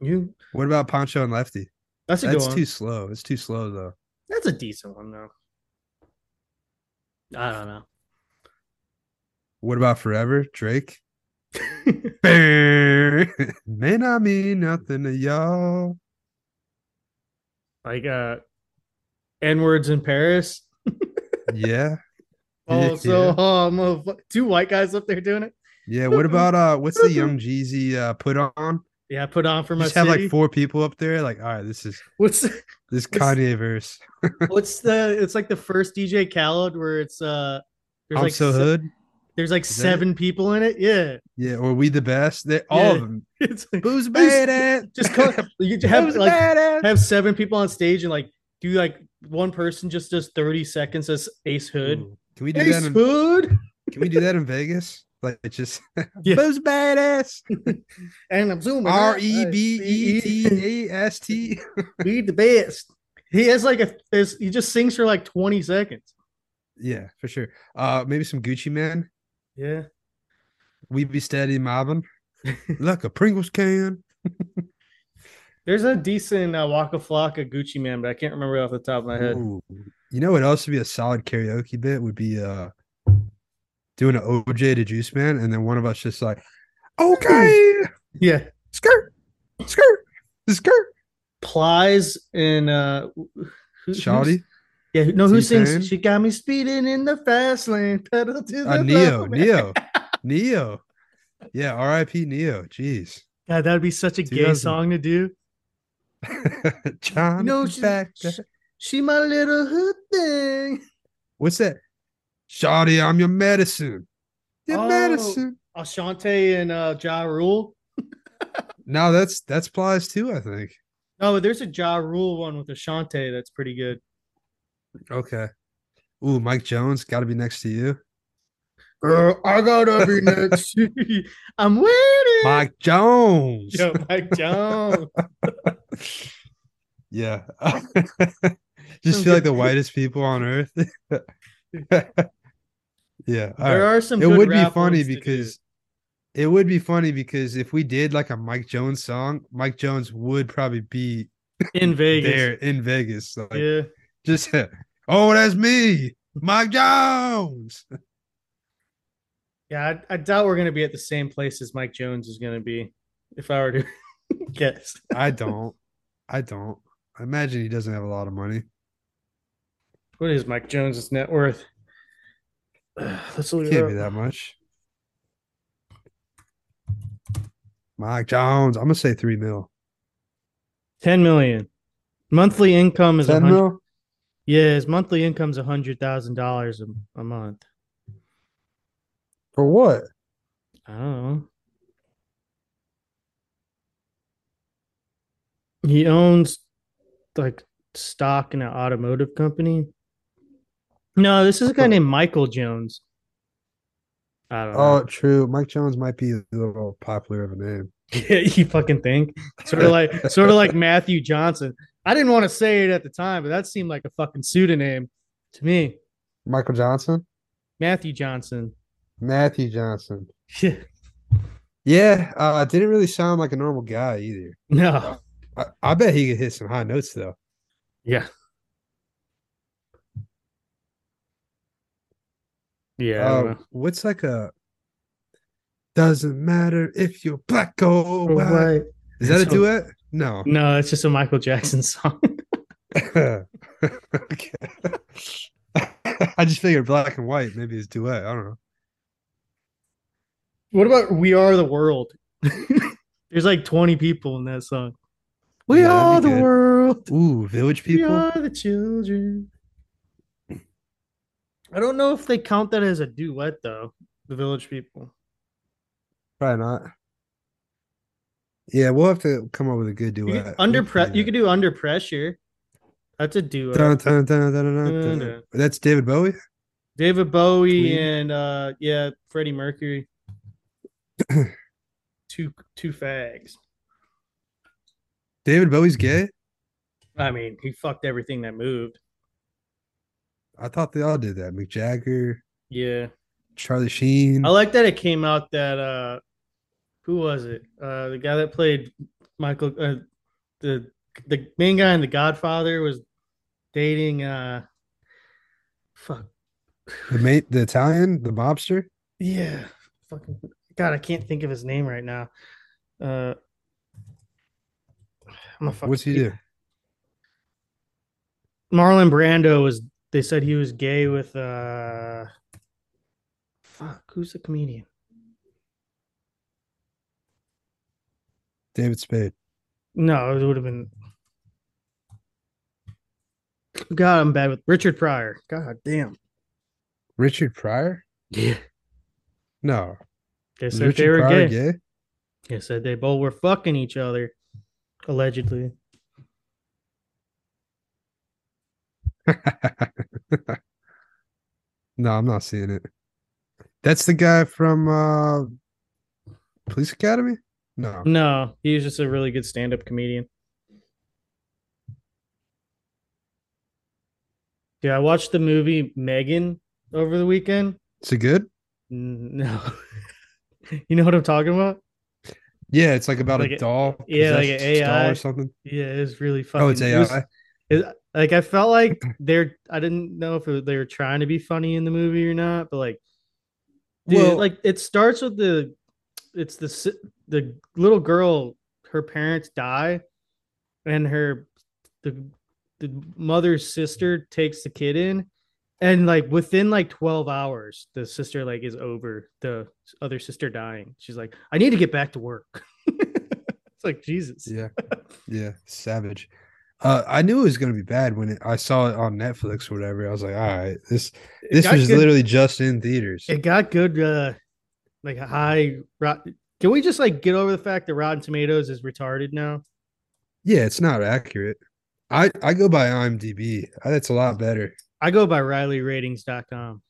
[SPEAKER 1] you.
[SPEAKER 2] What about Poncho and Lefty?
[SPEAKER 1] That's a
[SPEAKER 2] That's
[SPEAKER 1] good one.
[SPEAKER 2] too slow. It's too slow though.
[SPEAKER 1] That's a decent one though. I don't know.
[SPEAKER 2] What about Forever? Drake. Man, I mean nothing to y'all.
[SPEAKER 1] like uh N words in Paris.
[SPEAKER 2] Yeah.
[SPEAKER 1] Oh, so
[SPEAKER 2] Yeah.
[SPEAKER 1] um, of- two white guys up there doing it.
[SPEAKER 2] Yeah. What about uh what's the young Jeezy uh put on?
[SPEAKER 1] Yeah, put on for my
[SPEAKER 2] Just have
[SPEAKER 1] city.
[SPEAKER 2] like four people up there, like, all right, this is
[SPEAKER 1] What's
[SPEAKER 2] this
[SPEAKER 1] It's-
[SPEAKER 2] Kanye verse.
[SPEAKER 1] what's the? It's like the first DJ Khaled where it's uh, there's
[SPEAKER 2] I'm
[SPEAKER 1] like
[SPEAKER 2] so
[SPEAKER 1] se-
[SPEAKER 2] hood.
[SPEAKER 1] there's like
[SPEAKER 2] Is that it?
[SPEAKER 1] seven people in it. Yeah,
[SPEAKER 2] Yeah, or we the best. They all
[SPEAKER 1] Yeah.
[SPEAKER 2] of them.
[SPEAKER 1] it's like,
[SPEAKER 2] Who's bad at?
[SPEAKER 1] just call, you have
[SPEAKER 2] Who's
[SPEAKER 1] like
[SPEAKER 2] bad at?
[SPEAKER 1] have seven people on stage and like do like one person just does thirty seconds as Ace Hood.
[SPEAKER 2] Ooh, Can we do
[SPEAKER 1] Ace
[SPEAKER 2] that in,
[SPEAKER 1] Hood.
[SPEAKER 2] can we do that in Vegas? Like it's just
[SPEAKER 1] Yeah.
[SPEAKER 2] who's badass?
[SPEAKER 1] And I'm zooming. out.
[SPEAKER 2] R E B E T A S T.
[SPEAKER 1] We the best. He has like a is he just sings for like 20 seconds.
[SPEAKER 2] Yeah, for sure. Uh maybe some Gucci man.
[SPEAKER 1] Yeah.
[SPEAKER 2] We be steady mobbing. like a Pringles can.
[SPEAKER 1] There's a decent uh, Waka Flocka Gucci man, but I can't remember off the top of my head.
[SPEAKER 2] Ooh. You know what else would be a solid karaoke bit would be uh doing an OJ to Juice Man, and then one of us just like, okay,
[SPEAKER 1] Yeah.
[SPEAKER 2] skirt, skirt, skirt,
[SPEAKER 1] Plies and uh who- who's-
[SPEAKER 2] shawty,
[SPEAKER 1] Yeah, who- no, who
[SPEAKER 2] T-Pain?
[SPEAKER 1] sings She Got Me Speeding in the Fast Lane. Pedal to the
[SPEAKER 2] uh, Neo,
[SPEAKER 1] floor.
[SPEAKER 2] Neo, Neo, yeah, R.I.P. Neo. Jeez,
[SPEAKER 1] God, that'd be such a gay
[SPEAKER 2] 2000.
[SPEAKER 1] song to do.
[SPEAKER 2] John
[SPEAKER 1] You know,
[SPEAKER 2] is
[SPEAKER 1] she's,
[SPEAKER 2] back.
[SPEAKER 1] she, she my little hood thing.
[SPEAKER 2] What's that? Shawty, I'm your medicine. Your
[SPEAKER 1] Oh.
[SPEAKER 2] medicine.
[SPEAKER 1] Ashante and uh, Ja Rule.
[SPEAKER 2] No, that's that's plies too, I think.
[SPEAKER 1] No, there's a Ja Rule one with Ashante that's pretty good.
[SPEAKER 2] Okay. Ooh, Mike Jones, gotta be next to you.
[SPEAKER 1] Girl, I gotta be next. I'm waiting.
[SPEAKER 2] Mike Jones.
[SPEAKER 1] Yo, Mike Jones.
[SPEAKER 2] Yeah.
[SPEAKER 1] Some
[SPEAKER 2] Just feel
[SPEAKER 1] good-
[SPEAKER 2] like the whitest people on earth. yeah. all
[SPEAKER 1] There
[SPEAKER 2] right.
[SPEAKER 1] are some.
[SPEAKER 2] It
[SPEAKER 1] good
[SPEAKER 2] would be
[SPEAKER 1] rap
[SPEAKER 2] funny
[SPEAKER 1] ones to do.
[SPEAKER 2] because it would be funny because if we did like a Mike Jones song, Mike Jones would probably be
[SPEAKER 1] in
[SPEAKER 2] there
[SPEAKER 1] Vegas,
[SPEAKER 2] in Vegas. Like,
[SPEAKER 1] yeah,
[SPEAKER 2] Just oh, that's me, Mike Jones.
[SPEAKER 1] yeah. I, I doubt we're gonna be at the same place as Mike Jones is gonna be. If I were to guess,
[SPEAKER 2] I don't. I don't. I imagine he doesn't have a lot of money.
[SPEAKER 1] what is Mike Jones's net worth? Let's look it
[SPEAKER 2] Can't
[SPEAKER 1] up.
[SPEAKER 2] be that much. Mike Jones. I'm gonna say three mil.
[SPEAKER 1] Ten million. Monthly income is a
[SPEAKER 2] Ten
[SPEAKER 1] hundred.
[SPEAKER 2] mil.
[SPEAKER 1] Yeah, his monthly income's a hundred thousand dollars a month.
[SPEAKER 2] For what?
[SPEAKER 1] I don't know. He owns like stock in an automotive company. No, this is a guy named Michael Jones. I don't
[SPEAKER 2] Oh,
[SPEAKER 1] know.
[SPEAKER 2] true. Mike Jones might be a little popular of a name.
[SPEAKER 1] you fucking think? Sort of like sort of like Matthew Johnson. I didn't want to say it at the time, but that seemed like a fucking pseudonym to me.
[SPEAKER 2] Michael Johnson,
[SPEAKER 1] Matthew Johnson.
[SPEAKER 2] Matthew Johnson.
[SPEAKER 1] Yeah.
[SPEAKER 2] Yeah, uh, didn't really sound like a normal guy either.
[SPEAKER 1] No.
[SPEAKER 2] I, I bet he could hit some high notes though.
[SPEAKER 1] Yeah. Yeah. I don't
[SPEAKER 2] Uh,
[SPEAKER 1] know.
[SPEAKER 2] what's like a doesn't matter if you're black or white. Is that a
[SPEAKER 1] So-
[SPEAKER 2] duet? No.
[SPEAKER 1] No, it's just a Michael Jackson song.
[SPEAKER 2] okay. I just figured black and white maybe is duet. I don't know.
[SPEAKER 1] what about "We Are the World"? There's like 20 people in that song. We
[SPEAKER 2] Yeah, that'd
[SPEAKER 1] are
[SPEAKER 2] be
[SPEAKER 1] the
[SPEAKER 2] good.
[SPEAKER 1] world.
[SPEAKER 2] Ooh, village
[SPEAKER 1] We
[SPEAKER 2] people.
[SPEAKER 1] are the children. I don't know if they count that as a duet though. The Village People.
[SPEAKER 2] Probably not. Yeah, we'll have to come up with a good
[SPEAKER 1] You
[SPEAKER 2] duet.
[SPEAKER 1] could- under
[SPEAKER 2] We can
[SPEAKER 1] pre-
[SPEAKER 2] do
[SPEAKER 1] you
[SPEAKER 2] that.
[SPEAKER 1] could do under pressure. That's a duet.
[SPEAKER 2] Dun, dun, dun, dun, dun, dun,
[SPEAKER 1] Dun,
[SPEAKER 2] dun.
[SPEAKER 1] dun.
[SPEAKER 2] That's David Bowie.
[SPEAKER 1] David Bowie
[SPEAKER 2] Queen.
[SPEAKER 1] and uh yeah, Freddie Mercury. two two fags.
[SPEAKER 2] David Bowie's gay.
[SPEAKER 1] I mean, he fucked everything that moved.
[SPEAKER 2] I thought they all did that. Mick Jagger,
[SPEAKER 1] Yeah.
[SPEAKER 2] Charlie Sheen.
[SPEAKER 1] I like that it came out that uh who was it? Uh the guy that played Michael uh, the the main guy in The Godfather was dating uh fuck
[SPEAKER 2] the mate, the Italian, the mobster.
[SPEAKER 1] yeah fucking god I can't think of his name right now. Uh I'm a fucking
[SPEAKER 2] What's he do?
[SPEAKER 1] Marlon Brando was they said he was gay with uh fuck, who's the comedian?
[SPEAKER 2] David Spade.
[SPEAKER 1] No, it would have been God, I'm bad with Richard Pryor. God damn.
[SPEAKER 2] Richard Pryor?
[SPEAKER 1] Yeah.
[SPEAKER 2] No.
[SPEAKER 1] They
[SPEAKER 2] Is
[SPEAKER 1] said
[SPEAKER 2] Richard
[SPEAKER 1] they were
[SPEAKER 2] Pryor
[SPEAKER 1] gay. They said they both were fucking each other. Allegedly.
[SPEAKER 2] no, I'm not seeing it. That's the guy from uh Police Academy? No.
[SPEAKER 1] No, he's just a really good stand-up comedian. Yeah, I watched the movie Megan over the weekend.
[SPEAKER 2] Is it good?
[SPEAKER 1] N- No. you know what I'm talking about?
[SPEAKER 2] Yeah, it's like about
[SPEAKER 1] Like
[SPEAKER 2] a
[SPEAKER 1] a-
[SPEAKER 2] doll.
[SPEAKER 1] yeah, like
[SPEAKER 2] possessed
[SPEAKER 1] an
[SPEAKER 2] doll
[SPEAKER 1] AI.
[SPEAKER 2] or something.
[SPEAKER 1] Yeah, it's really fucking
[SPEAKER 2] Oh, it's
[SPEAKER 1] it was-
[SPEAKER 2] AI.
[SPEAKER 1] it- like I felt like they're I didn't know if it, they were trying to be funny in the movie or not, but like dude,
[SPEAKER 2] Well-
[SPEAKER 1] like it starts with the it's the si- the little girl her parents die and her the the mother's sister takes the kid in and like within like 12 hours the sister like is over the other sister dying. She's like I need to get back to work. It's like Jesus.
[SPEAKER 2] Yeah. Yeah. Savage. Uh, I knew it was going to be bad when it, I saw it on Netflix or whatever. I was like, all right, this
[SPEAKER 1] It
[SPEAKER 2] this
[SPEAKER 1] got
[SPEAKER 2] was
[SPEAKER 1] good-
[SPEAKER 2] literally just in theaters.
[SPEAKER 1] It got good, uh, like a high. Rot- Can we just like get over the fact that Rotten Tomatoes is retarded now?
[SPEAKER 2] yeah, it's not accurate. I, I go by IMDb. Uh, That's a lot better.
[SPEAKER 1] I go by RileyRatings.com.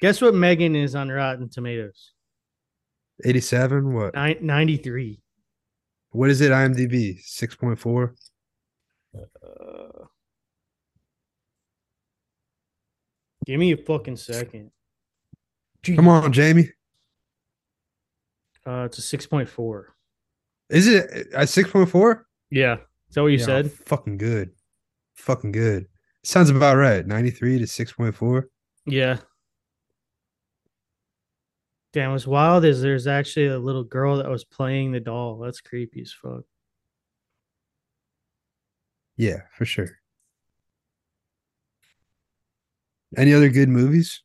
[SPEAKER 1] Guess what Megan is on Rotten Tomatoes?
[SPEAKER 2] 87. What?
[SPEAKER 1] Nine- 93.
[SPEAKER 2] What is it? IMDb 6.4.
[SPEAKER 1] Uh, give me a fucking second.
[SPEAKER 2] Come on, Jamie.
[SPEAKER 1] Uh, it's a 6.4.
[SPEAKER 2] Is it at 6.4?
[SPEAKER 1] Yeah. Is that what you
[SPEAKER 2] Yeah,
[SPEAKER 1] said?
[SPEAKER 2] fucking good. Fucking good. Sounds about right. 93 to 6.4.
[SPEAKER 1] Yeah. Damn, what's wild is there's actually a little girl that was playing the doll. That's creepy as fuck.
[SPEAKER 2] Yeah, for sure. Any other good movies?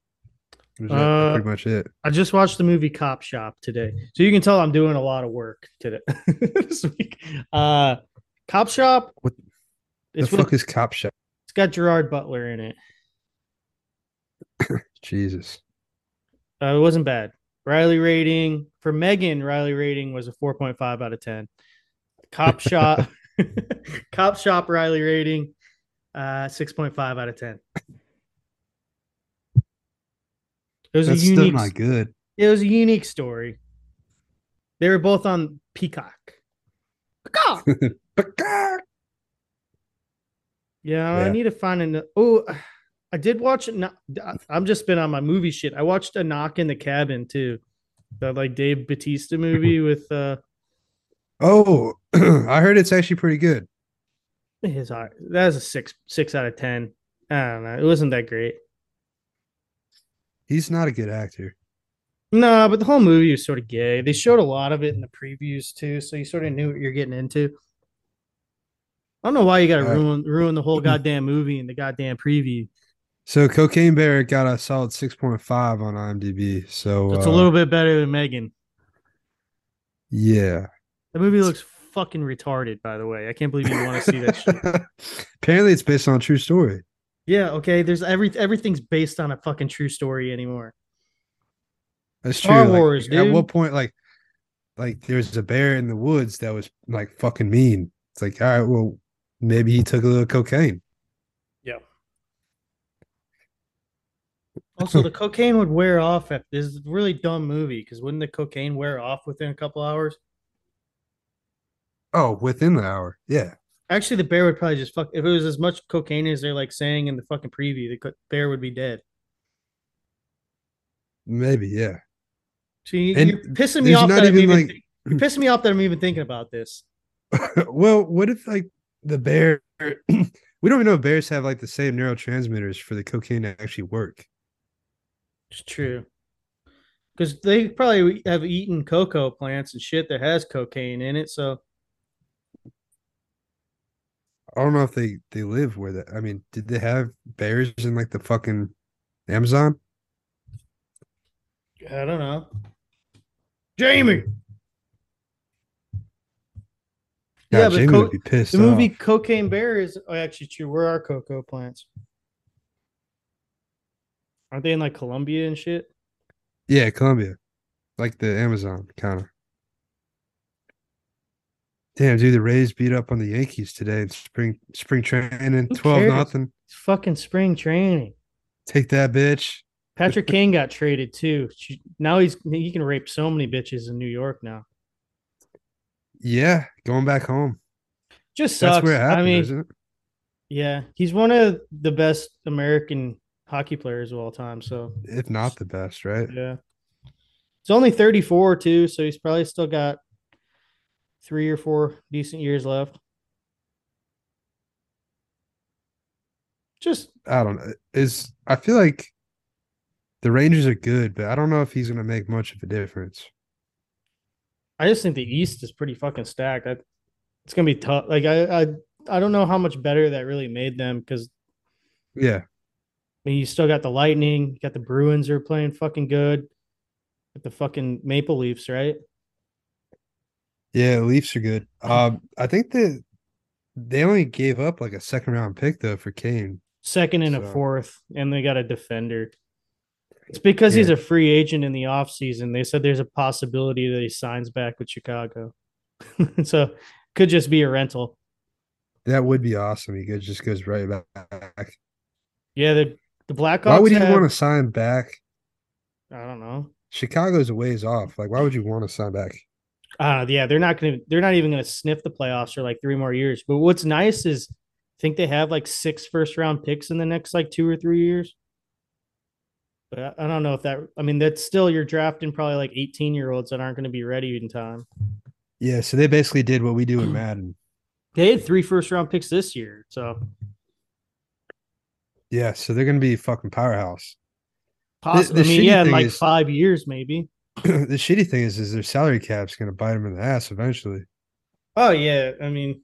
[SPEAKER 2] Or is that
[SPEAKER 1] Uh,
[SPEAKER 2] pretty much it.
[SPEAKER 1] I just watched the movie Cop Shop today. So you can tell I'm doing a lot of work today this week. Uh Cop Shop.
[SPEAKER 2] What The
[SPEAKER 1] it's, with-
[SPEAKER 2] fuck is Cop Shop?
[SPEAKER 1] it's got Gerard Butler in it.
[SPEAKER 2] Jesus.
[SPEAKER 1] Uh, it wasn't bad. Riley rating for Megan, Riley rating was a 4.5 out of 10. Cop shop, cop shop, Riley rating, uh, 6.5 out of 10. It was
[SPEAKER 2] That's
[SPEAKER 1] a
[SPEAKER 2] still
[SPEAKER 1] unique,
[SPEAKER 2] not good.
[SPEAKER 1] it was a unique story. They were both on Peacock. Peacock.
[SPEAKER 2] Peacock!
[SPEAKER 1] Yeah, I
[SPEAKER 2] Yeah.
[SPEAKER 1] need to find an. Oh, I did watch. No- I- I'm just been on my movie shit. I watched A Knock in the Cabin too, that like Dave Batista movie with uh
[SPEAKER 2] Oh, I heard it's actually pretty good.
[SPEAKER 1] his eye. That was a six six out of ten. I don't know. It wasn't that great.
[SPEAKER 2] He's not a good actor.
[SPEAKER 1] No, but the whole movie was sort of gay. They showed a lot of it in the previews too, so you sort of knew what you're getting into. I don't know why you got to
[SPEAKER 2] Uh,
[SPEAKER 1] ruin ruin the whole goddamn movie and the goddamn preview.
[SPEAKER 2] So Cocaine Bear got a solid 6.5 on IMDb. So
[SPEAKER 1] It's
[SPEAKER 2] uh,
[SPEAKER 1] a little bit better than Megan.
[SPEAKER 2] Yeah.
[SPEAKER 1] The movie looks fucking retarded, by the way. I can't believe you want to see that shit.
[SPEAKER 2] Apparently, it's based on a true story.
[SPEAKER 1] Yeah, okay. There's every everything's based on a fucking true story anymore.
[SPEAKER 2] That's
[SPEAKER 1] Star
[SPEAKER 2] true. like,
[SPEAKER 1] Wars,
[SPEAKER 2] At
[SPEAKER 1] dude.
[SPEAKER 2] what point, like, like there's a bear in the woods that was like fucking mean. It's like, all right, well, maybe he took a little cocaine.
[SPEAKER 1] Also, the cocaine would wear off at this is a really dumb movie because wouldn't the cocaine wear off within a couple hours?
[SPEAKER 2] Oh, within the hour, yeah.
[SPEAKER 1] Actually, the bear would probably just fuck if it was as much cocaine as they're like saying in the fucking preview, the co- bear would be dead.
[SPEAKER 2] Maybe, yeah.
[SPEAKER 1] See,
[SPEAKER 2] And
[SPEAKER 1] you're pissing me
[SPEAKER 2] there's
[SPEAKER 1] off
[SPEAKER 2] not
[SPEAKER 1] that I'm
[SPEAKER 2] even,
[SPEAKER 1] even
[SPEAKER 2] like-
[SPEAKER 1] thi- you're pissing me off that I'm even thinking about this.
[SPEAKER 2] well, what if like the bear? we don't even know if bears have like the same neurotransmitters for the cocaine to actually work.
[SPEAKER 1] It's true. Because they probably have eaten cocoa plants and shit that has cocaine in it, so
[SPEAKER 2] I don't know if they they live where that. I mean, did they have bears in like the fucking Amazon?
[SPEAKER 1] I don't know. Jamie.
[SPEAKER 2] God,
[SPEAKER 1] Yeah, but
[SPEAKER 2] Jamie
[SPEAKER 1] co-
[SPEAKER 2] would be pissed.
[SPEAKER 1] The movie
[SPEAKER 2] off.
[SPEAKER 1] Cocaine Bear is oh, actually true. Where are cocoa plants? Aren't they in like Colombia and shit?
[SPEAKER 2] Yeah, Colombia. Like the Amazon, kind of. Damn, dude, the Rays beat up on the Yankees today in spring spring training.
[SPEAKER 1] Who
[SPEAKER 2] 12
[SPEAKER 1] cares?
[SPEAKER 2] nothing.
[SPEAKER 1] It's fucking spring training.
[SPEAKER 2] Take that, bitch.
[SPEAKER 1] Patrick Kane got traded too. She- Now he's he can rape so many bitches in New York now.
[SPEAKER 2] Yeah, going back home.
[SPEAKER 1] Just
[SPEAKER 2] That's
[SPEAKER 1] sucks.
[SPEAKER 2] where it happened,
[SPEAKER 1] I mean,
[SPEAKER 2] isn't it?
[SPEAKER 1] yeah, he's one of the best American hockey players of all time. So
[SPEAKER 2] If not the best, right?
[SPEAKER 1] yeah, he's only thirty four too, so he's probably still got three or four decent years left. Just
[SPEAKER 2] I don't know. Is I feel like the Rangers are good, but I don't know if he's gonna make much of a difference.
[SPEAKER 1] I just think the East is pretty fucking stacked. I, it's gonna be tough. Like I, I, I don't know how much better that really made them because
[SPEAKER 2] Yeah.
[SPEAKER 1] I mean you still got the Lightning, you got the Bruins are playing fucking good, with the fucking Maple Leafs, right?
[SPEAKER 2] Yeah, Leafs are good. Um, I think that they only gave up like a second round pick though for Kane.
[SPEAKER 1] Second and
[SPEAKER 2] So-
[SPEAKER 1] a fourth, and they got a defender. It's because he's
[SPEAKER 2] Yeah.
[SPEAKER 1] a free agent in the offseason. They said there's a possibility that he signs back with Chicago. so could just be a rental.
[SPEAKER 2] That would be awesome. He could just goes right back.
[SPEAKER 1] Yeah, the the Blackhawks.
[SPEAKER 2] Why would you
[SPEAKER 1] have-
[SPEAKER 2] want to sign back?
[SPEAKER 1] I don't know.
[SPEAKER 2] Chicago's a ways off. Like, why would you want to sign back?
[SPEAKER 1] Uh yeah, they're not gonna they're not even gonna sniff the playoffs for like three more years. But what's nice is I think they have like six first round picks in the next like two or three years. But I, I don't know if that I mean that's still you're drafting probably like 18 year olds that aren't gonna be ready in time.
[SPEAKER 2] Yeah, so they basically did what we do in Madden.
[SPEAKER 1] They had three first round picks this year, so
[SPEAKER 2] Yeah, so they're gonna be a fucking powerhouse.
[SPEAKER 1] possibly I
[SPEAKER 2] the
[SPEAKER 1] mean,
[SPEAKER 2] shitty
[SPEAKER 1] yeah, in
[SPEAKER 2] thing
[SPEAKER 1] like
[SPEAKER 2] is-
[SPEAKER 1] five years maybe.
[SPEAKER 2] the shitty thing is, is their salary cap's gonna bite them in the ass eventually.
[SPEAKER 1] Oh yeah, I mean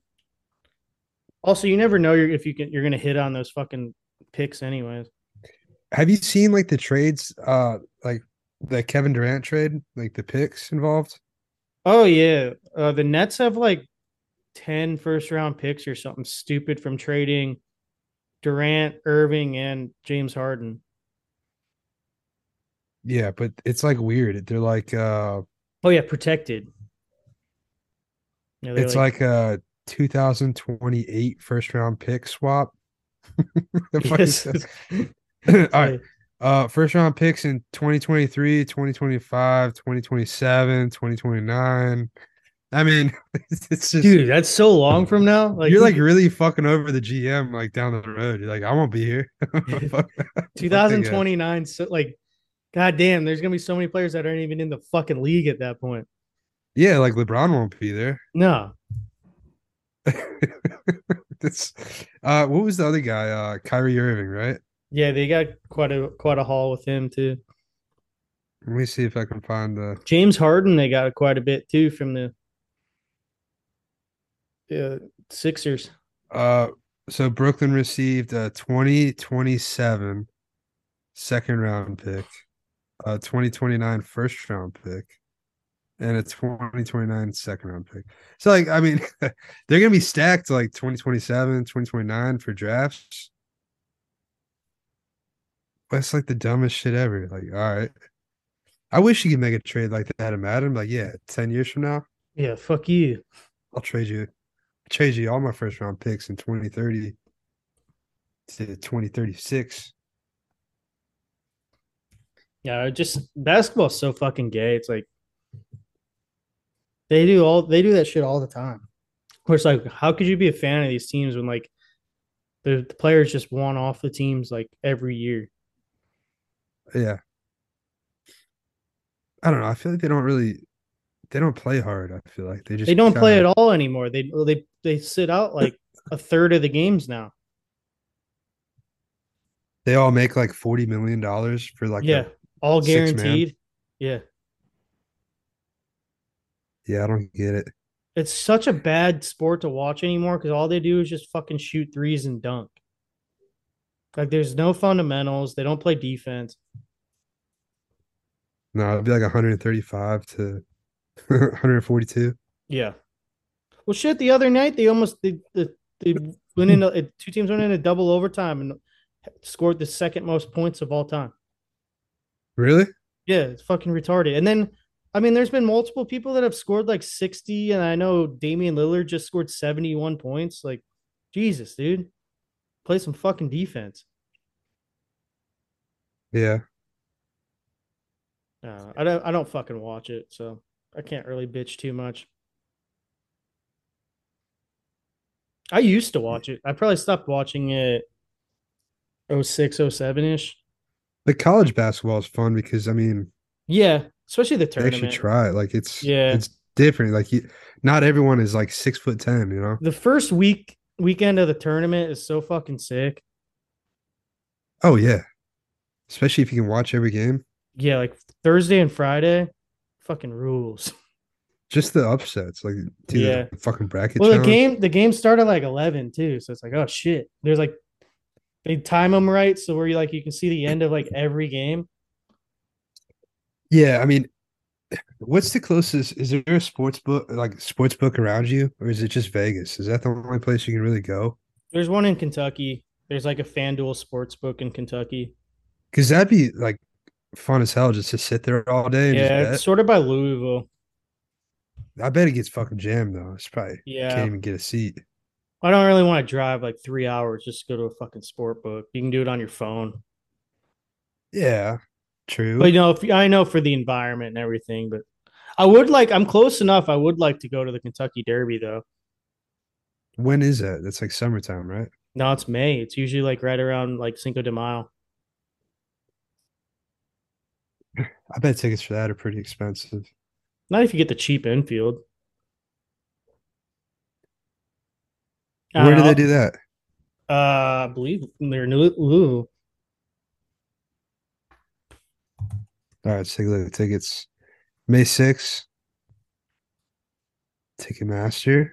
[SPEAKER 1] also you never know you're, if you can you're gonna hit on those fucking picks anyways.
[SPEAKER 2] Have you seen like the trades, uh, like the Kevin Durant trade, like the picks involved?
[SPEAKER 1] Oh yeah, uh, the Nets have like 10 first round picks or something stupid from trading Durant, Irving, and James Harden.
[SPEAKER 2] Yeah, but it's like weird. They're like, uh,
[SPEAKER 1] Oh yeah, protected. Yeah, they're
[SPEAKER 2] it's like, a 2028 first round pick swap. The fuck is
[SPEAKER 1] Yes.
[SPEAKER 2] that? All right. Uh, first round picks in 2023, 2025, 2027, 2029. I mean, it's it's just
[SPEAKER 1] dude, that's so long from now. Like
[SPEAKER 2] you're like really fucking over the GM like down the road. You're like, I won't be here. Fuck.
[SPEAKER 1] 2029. So like, goddamn, there's gonna be so many players that aren't even in the fucking league at that point.
[SPEAKER 2] Yeah, like LeBron won't be there.
[SPEAKER 1] No,
[SPEAKER 2] That's uh, what was the other guy? Uh, Kyrie Irving, right?
[SPEAKER 1] yeah, they got quite a quite a haul with him too.
[SPEAKER 2] Let me see if I can find the.
[SPEAKER 1] James Harden, they got quite a bit too from the uh, Sixers.
[SPEAKER 2] Uh, so Brooklyn received a 2027 second round pick, a 2029 first round pick, and a 2029 second round pick. So, like, I mean, they're gonna be stacked like 2027, 2029 for drafts. That's like the dumbest shit ever. Like, all right. I wish you could make a trade like that, Madden. Like, yeah, 10 years from now,
[SPEAKER 1] Yeah, fuck you.
[SPEAKER 2] I'll trade you. trade you all my first round picks in 2030 to 2036.
[SPEAKER 1] Yeah, I just basketball's so fucking gay. It's like they do all they do that shit all the time. Of course, like how could you be a fan of these teams when like the, the players just want off the teams like every year?
[SPEAKER 2] Yeah. I don't know. I feel like they don't really they don't play hard. I feel like they just
[SPEAKER 1] They don't play
[SPEAKER 2] kinda-
[SPEAKER 1] at all anymore. They they they sit out like a third of the games now.
[SPEAKER 2] They all make like 40 million dollars for like a-
[SPEAKER 1] yeah, all
[SPEAKER 2] six man.
[SPEAKER 1] guaranteed. Yeah.
[SPEAKER 2] yeah, I don't get it.
[SPEAKER 1] It's such a bad sport to watch anymore because all they do is just fucking shoot threes and dunk. Like there's no fundamentals. They don't play defense.
[SPEAKER 2] No, it'd be like 135 to 142.
[SPEAKER 1] Yeah. Well, shit. The other night they almost they they, they went in. A, two teams went in a double overtime and scored the second most points of all time.
[SPEAKER 2] Really?
[SPEAKER 1] Yeah, it's fucking retarded. And then, I mean, there's been multiple people that have scored like 60, and I know Damian Lillard just scored 71 points. Like, Jesus, dude, play some fucking defense.
[SPEAKER 2] Yeah.
[SPEAKER 1] Uh, I don't. I don't fucking watch it, so I can't really bitch too much. I used to watch it. I probably stopped watching it. 06, 07 ish.
[SPEAKER 2] Like college basketball is fun because I mean,
[SPEAKER 1] Yeah, especially the
[SPEAKER 2] they actually
[SPEAKER 1] tournament.
[SPEAKER 2] try it. Like it's
[SPEAKER 1] Yeah.
[SPEAKER 2] it's different. Like you, not everyone is like six foot ten, you know.
[SPEAKER 1] The first week weekend of the tournament is so fucking sick.
[SPEAKER 2] Oh yeah. Especially if you can watch every game.
[SPEAKER 1] Yeah, like Thursday and Friday, fucking rules.
[SPEAKER 2] Just the upsets. Like dude,
[SPEAKER 1] Yeah.
[SPEAKER 2] the fucking bracket
[SPEAKER 1] Well,
[SPEAKER 2] challenge.
[SPEAKER 1] the game the game started like eleven too, so it's like oh shit. There's like they time them right, so where you like you can see the end of like every game.
[SPEAKER 2] Yeah, I mean what's the closest? Is there a sports book like sports book around you, or is it just Vegas? Is that the only place you can really go?
[SPEAKER 1] There's one in Kentucky. There's like a FanDuel sports book in Kentucky.
[SPEAKER 2] Because that'd be like fun as hell just to sit there all day. And
[SPEAKER 1] yeah, it's
[SPEAKER 2] just
[SPEAKER 1] sorted by Louisville.
[SPEAKER 2] bet. I bet it gets fucking jammed though. It's probably
[SPEAKER 1] Yeah.
[SPEAKER 2] can't even get a seat.
[SPEAKER 1] I don't really want to drive like three hours just to go to a fucking sport book. You can do it on your phone.
[SPEAKER 2] Yeah, true.
[SPEAKER 1] But you know, if, I know for the environment and everything, but I would like I'm close enough. I would like to go to the Kentucky Derby though.
[SPEAKER 2] when is that? That's like summertime, right?
[SPEAKER 1] No, it's May. It's usually like right around like Cinco de Mayo.
[SPEAKER 2] I bet tickets for that are pretty expensive.
[SPEAKER 1] Not if you get the cheap infield. I
[SPEAKER 2] Where do
[SPEAKER 1] don't
[SPEAKER 2] they
[SPEAKER 1] know.
[SPEAKER 2] do that?
[SPEAKER 1] Uh, I believe they're new. Ooh.
[SPEAKER 2] All right, let's take a look at tickets. May 6th. Ticketmaster.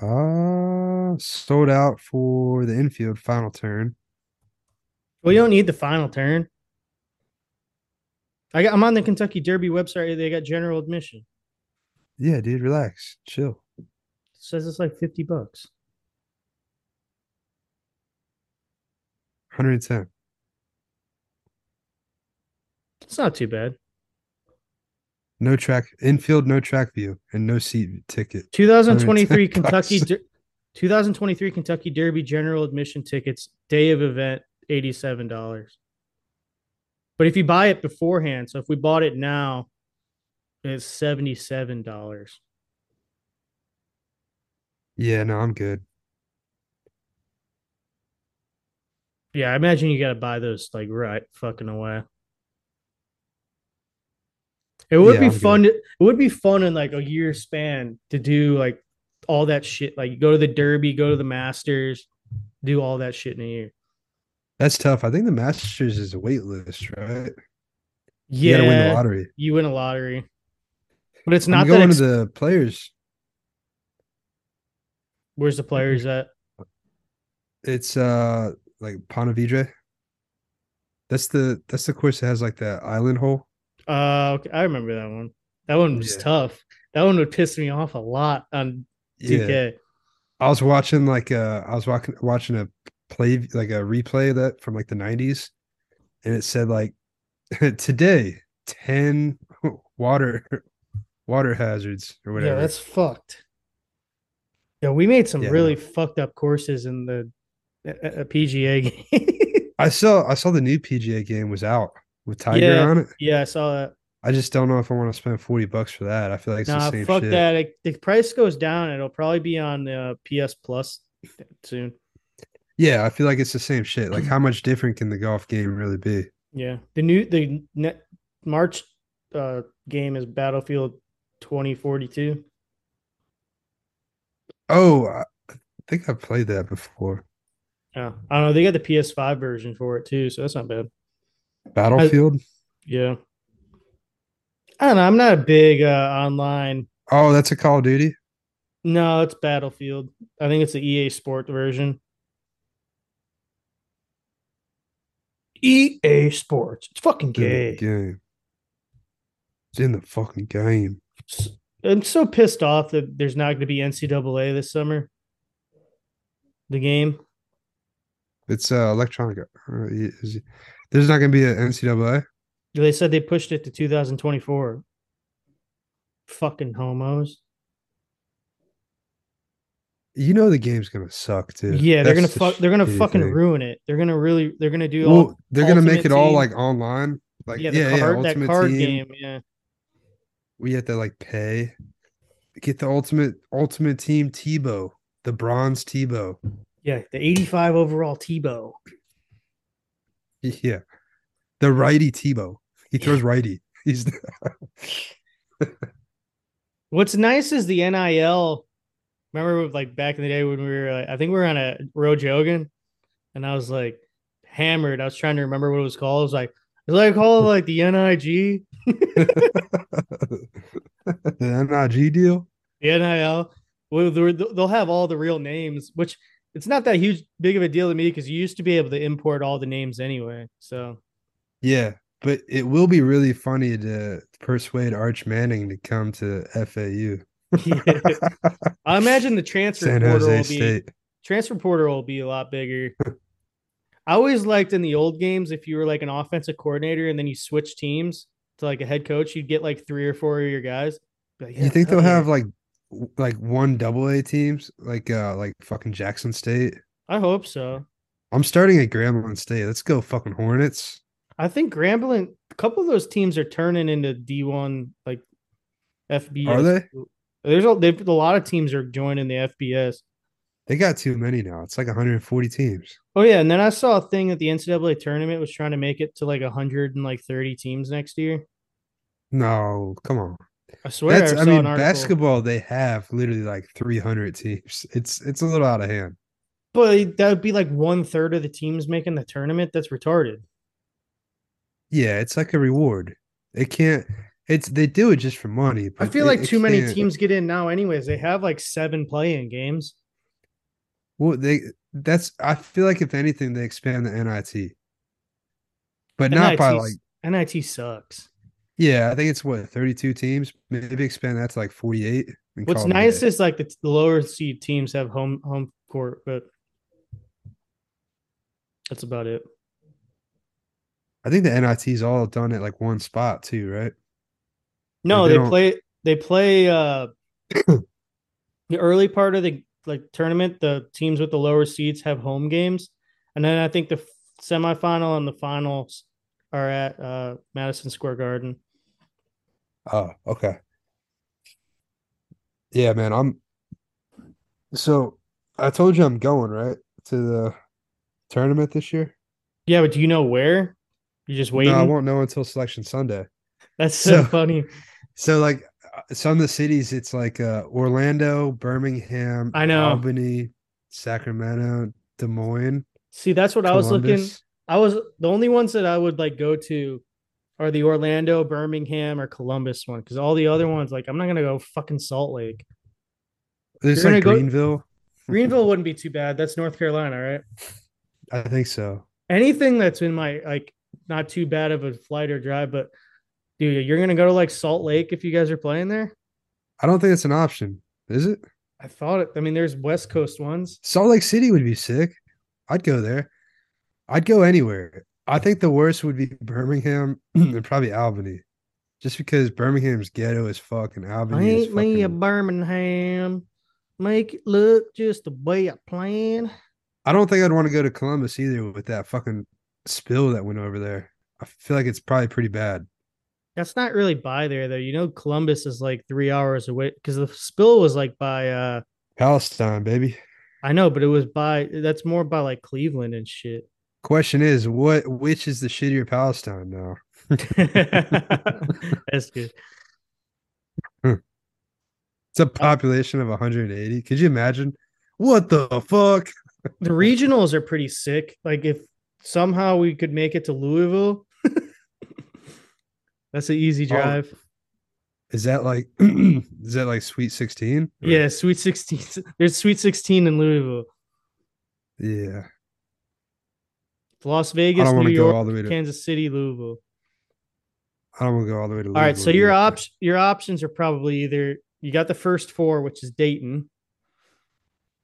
[SPEAKER 2] Uh sold out for the infield final turn.
[SPEAKER 1] Well, you don't need the final turn. I got, I'm on the Kentucky Derby website. They got general admission.
[SPEAKER 2] Yeah, dude, relax. Chill.
[SPEAKER 1] It says it's like 50 bucks.
[SPEAKER 2] 110.
[SPEAKER 1] It's not too bad.
[SPEAKER 2] No track infield, no track view, and no seat ticket.
[SPEAKER 1] 2023
[SPEAKER 2] 10
[SPEAKER 1] Kentucky
[SPEAKER 2] bucks.
[SPEAKER 1] Der- 2023 Kentucky Derby general admission tickets day of event $87. But if you buy it beforehand, so if we bought it now, it's $77.
[SPEAKER 2] Yeah, no, I'm good.
[SPEAKER 1] Yeah, I imagine you got to buy those like right fucking away. It would
[SPEAKER 2] Yeah,
[SPEAKER 1] be
[SPEAKER 2] I'm good.
[SPEAKER 1] fun. To, it would be fun in like a year span to do like all that shit. Like you go to the Derby, go to the Masters, do all that shit in a year.
[SPEAKER 2] That's tough. I think the Masters is a wait list, right? You
[SPEAKER 1] Yeah,
[SPEAKER 2] gotta win the lottery.
[SPEAKER 1] you win a lottery, but it's
[SPEAKER 2] I'm
[SPEAKER 1] not that.
[SPEAKER 2] going
[SPEAKER 1] Ex-
[SPEAKER 2] to the players.
[SPEAKER 1] where's the players at?
[SPEAKER 2] It's uh like Ponte Vedra. That's the that's the course that has like that island hole.
[SPEAKER 1] Uh, okay, I remember that one. That one was
[SPEAKER 2] Yeah.
[SPEAKER 1] tough. That one would piss me off a lot on DK.
[SPEAKER 2] I was watching like uh I was watching watching a play like a replay of that from like the 90s and it said like today 10 water water hazards or whatever.
[SPEAKER 1] Yeah, that's fucked. Yeah, we made some
[SPEAKER 2] Yeah, I
[SPEAKER 1] really fucked up courses in the a, PGA game.
[SPEAKER 2] I saw I saw the new PGA game was out with Tiger
[SPEAKER 1] Yeah.
[SPEAKER 2] on it.
[SPEAKER 1] yeah, I saw that.
[SPEAKER 2] I just don't know if I want to spend 40 bucks for that. I feel like it's
[SPEAKER 1] nah,
[SPEAKER 2] the same
[SPEAKER 1] fuck
[SPEAKER 2] shit.
[SPEAKER 1] that. It, the price goes down. It'll probably be on uh, PS Plus soon.
[SPEAKER 2] Yeah, I feel like it's the same shit. Like how much different can the golf game really be?
[SPEAKER 1] Yeah, the new the net March uh, game is Battlefield 2042.
[SPEAKER 2] Oh, I I think I played that before.
[SPEAKER 1] Yeah, I don't know. They got the PS5 version for it too, so that's not bad.
[SPEAKER 2] Battlefield?
[SPEAKER 1] Yeah, I don't know. I'm not a big uh, online
[SPEAKER 2] oh, that's a Call of Duty?
[SPEAKER 1] No, it's Battlefield. I think it's the EA Sport version. EA E Sports. It's fucking
[SPEAKER 2] It's in
[SPEAKER 1] gay.
[SPEAKER 2] the game. It's in the fucking game.
[SPEAKER 1] S- I'm so pissed off that there's not going to be NCAA this summer. The game.
[SPEAKER 2] It's uh electronic. There's not gonna be an NCAA.
[SPEAKER 1] They said they pushed it to 2024. Fucking homos.
[SPEAKER 2] You know the game's gonna suck too.
[SPEAKER 1] Yeah, they're gonna
[SPEAKER 2] That's the
[SPEAKER 1] fuck. They're gonna
[SPEAKER 2] shitty
[SPEAKER 1] fucking
[SPEAKER 2] thing.
[SPEAKER 1] ruin it. They're gonna really. They're gonna do all.
[SPEAKER 2] Well, they're gonna make it
[SPEAKER 1] Ultimate
[SPEAKER 2] all
[SPEAKER 1] Team.
[SPEAKER 2] like online. Like
[SPEAKER 1] yeah,
[SPEAKER 2] yeah,
[SPEAKER 1] the
[SPEAKER 2] yeah,
[SPEAKER 1] card, that
[SPEAKER 2] ultimate
[SPEAKER 1] card
[SPEAKER 2] team.
[SPEAKER 1] game. Yeah.
[SPEAKER 2] We have to like pay. Get the ultimate ultimate team Tebow, the bronze Tebow.
[SPEAKER 1] Yeah. The 85 overall Tebow.
[SPEAKER 2] Yeah. The righty Tebow. He throws righty. He's
[SPEAKER 1] What's nice is the NIL. Remember, with, like back in the day when we were, like, I think we were on a road Jogan, and I was like hammered. I was trying to remember what it was called. I was like, is like called like the NIG,
[SPEAKER 2] the NIG deal.
[SPEAKER 1] the NIL. Well, they're- They'll have all the real names, which it's not that huge, big of a deal to me because you used to be able to import all the names anyway. So
[SPEAKER 2] Yeah, but it will be really funny to persuade Arch Manning to come to FAU.
[SPEAKER 1] I imagine the transfer
[SPEAKER 2] San
[SPEAKER 1] portal
[SPEAKER 2] Jose
[SPEAKER 1] will be
[SPEAKER 2] State.
[SPEAKER 1] transfer portal will be a lot bigger. I always liked in the old games if you were like an offensive coordinator and then you switch teams to like a head coach, you'd get like three or four of your guys. Be like,
[SPEAKER 2] you
[SPEAKER 1] "Yeah,
[SPEAKER 2] think
[SPEAKER 1] hell
[SPEAKER 2] they'll
[SPEAKER 1] yeah."
[SPEAKER 2] have like w- like one double A teams like uh like fucking Jackson State?
[SPEAKER 1] I hope so.
[SPEAKER 2] I'm starting at Grambling State. Let's go fucking Hornets.
[SPEAKER 1] I think Grambling, a couple of those teams are turning into D one like FBS.
[SPEAKER 2] Are they?
[SPEAKER 1] There's a, they've- a lot of teams are joining the FBS.
[SPEAKER 2] They got too many now. It's like 140 teams.
[SPEAKER 1] Oh yeah, and then I saw a thing that the NCAA tournament was trying to make it to like hundred and like thirty teams next year.
[SPEAKER 2] No, come on.
[SPEAKER 1] I swear,
[SPEAKER 2] That's
[SPEAKER 1] I,
[SPEAKER 2] I
[SPEAKER 1] saw
[SPEAKER 2] mean
[SPEAKER 1] an article.
[SPEAKER 2] basketball. They have literally like 300 teams. It's it's a little out of hand.
[SPEAKER 1] But that would be like one third of the teams making the tournament. That's retarded.
[SPEAKER 2] Yeah, it's like a reward. It can't. It's they do it just for money.
[SPEAKER 1] I
[SPEAKER 2] but
[SPEAKER 1] feel
[SPEAKER 2] it-
[SPEAKER 1] like
[SPEAKER 2] it
[SPEAKER 1] too many
[SPEAKER 2] can't-
[SPEAKER 1] teams get in now. Anyways, they have like seven play-in games.
[SPEAKER 2] Well, they that's. I feel like if anything, they expand the NIT, but not by
[SPEAKER 1] NIT
[SPEAKER 2] like.
[SPEAKER 1] NIT sucks.
[SPEAKER 2] Yeah, I think it's what 32 teams. Maybe expand that to like 48. and
[SPEAKER 1] What's
[SPEAKER 2] call it a
[SPEAKER 1] nice
[SPEAKER 2] day.
[SPEAKER 1] is like the, the lower seed teams have home home court, but that's about it.
[SPEAKER 2] I think the NIT is all done at like one spot too, right?
[SPEAKER 1] No,
[SPEAKER 2] they
[SPEAKER 1] they,
[SPEAKER 2] don't-
[SPEAKER 1] play they play uh the early part of the like tournament, the teams with the lower seeds have home games. And then I think the f- semifinal and the finals are at uh Madison Square Garden.
[SPEAKER 2] Oh, okay. Yeah, man. I'm so I told you I'm going right to the tournament this year.
[SPEAKER 1] Yeah, but do you know where? You're just waiting.
[SPEAKER 2] No, I won't know until selection Sunday.
[SPEAKER 1] That's so,
[SPEAKER 2] So-
[SPEAKER 1] funny.
[SPEAKER 2] So like uh, some of the cities, it's like uh, Orlando, Birmingham,
[SPEAKER 1] I know.
[SPEAKER 2] Albany, Sacramento, Des Moines,
[SPEAKER 1] See, that's what I was looking.
[SPEAKER 2] Columbus.
[SPEAKER 1] I was the only ones that I would like go to are the Orlando, Birmingham, or Columbus one because all the other ones, like, I'm not gonna go fucking Salt Lake.
[SPEAKER 2] There's
[SPEAKER 1] You're
[SPEAKER 2] like
[SPEAKER 1] gonna go-
[SPEAKER 2] Greenville.
[SPEAKER 1] Greenville wouldn't be too bad. That's North Carolina, right?
[SPEAKER 2] I think so.
[SPEAKER 1] anything that's in my like not too bad of a flight or drive, but dude, you're gonna go to like Salt Lake if you guys are playing there.
[SPEAKER 2] I don't think it's an option, is it?
[SPEAKER 1] I thought it. I mean, there's West Coast ones.
[SPEAKER 2] Salt Lake City would be sick. I'd go there. I'd go anywhere. I think the worst would be Birmingham and probably Albany, just because Birmingham's ghetto as fuck and
[SPEAKER 1] I
[SPEAKER 2] Albany is
[SPEAKER 1] ain't me a
[SPEAKER 2] fucking.
[SPEAKER 1] Birmingham. Make it look just the way I plan.
[SPEAKER 2] I don't think I'd want to go to Columbus either with that fucking spill that went over there. I feel like it's probably pretty bad.
[SPEAKER 1] That's not really by there though. You know, Columbus is like three hours away because the spill was like by uh
[SPEAKER 2] Palestine, baby.
[SPEAKER 1] I know, but it was by that's more by like Cleveland and shit.
[SPEAKER 2] Question is, what which is the shittier Palestine now?
[SPEAKER 1] that's good.
[SPEAKER 2] It's a population of 180. Could you imagine? What the fuck?
[SPEAKER 1] The regionals are pretty sick. Like if somehow we could make it to Louisville, that's an easy
[SPEAKER 2] Oh,
[SPEAKER 1] drive.
[SPEAKER 2] Is that like is that like Sweet 16?
[SPEAKER 1] yeah, Sweet Sixteen. There's Sweet Sixteen in Louisville,
[SPEAKER 2] Yeah.
[SPEAKER 1] Las
[SPEAKER 2] I
[SPEAKER 1] Vegas,
[SPEAKER 2] don't want
[SPEAKER 1] New
[SPEAKER 2] to go
[SPEAKER 1] York,
[SPEAKER 2] all the way to.
[SPEAKER 1] Kansas City, Louisville.
[SPEAKER 2] I don't want to go all the way to.
[SPEAKER 1] All right, so
[SPEAKER 2] Louisville
[SPEAKER 1] your
[SPEAKER 2] either.
[SPEAKER 1] op- your options are probably either you got the first four, which is Dayton.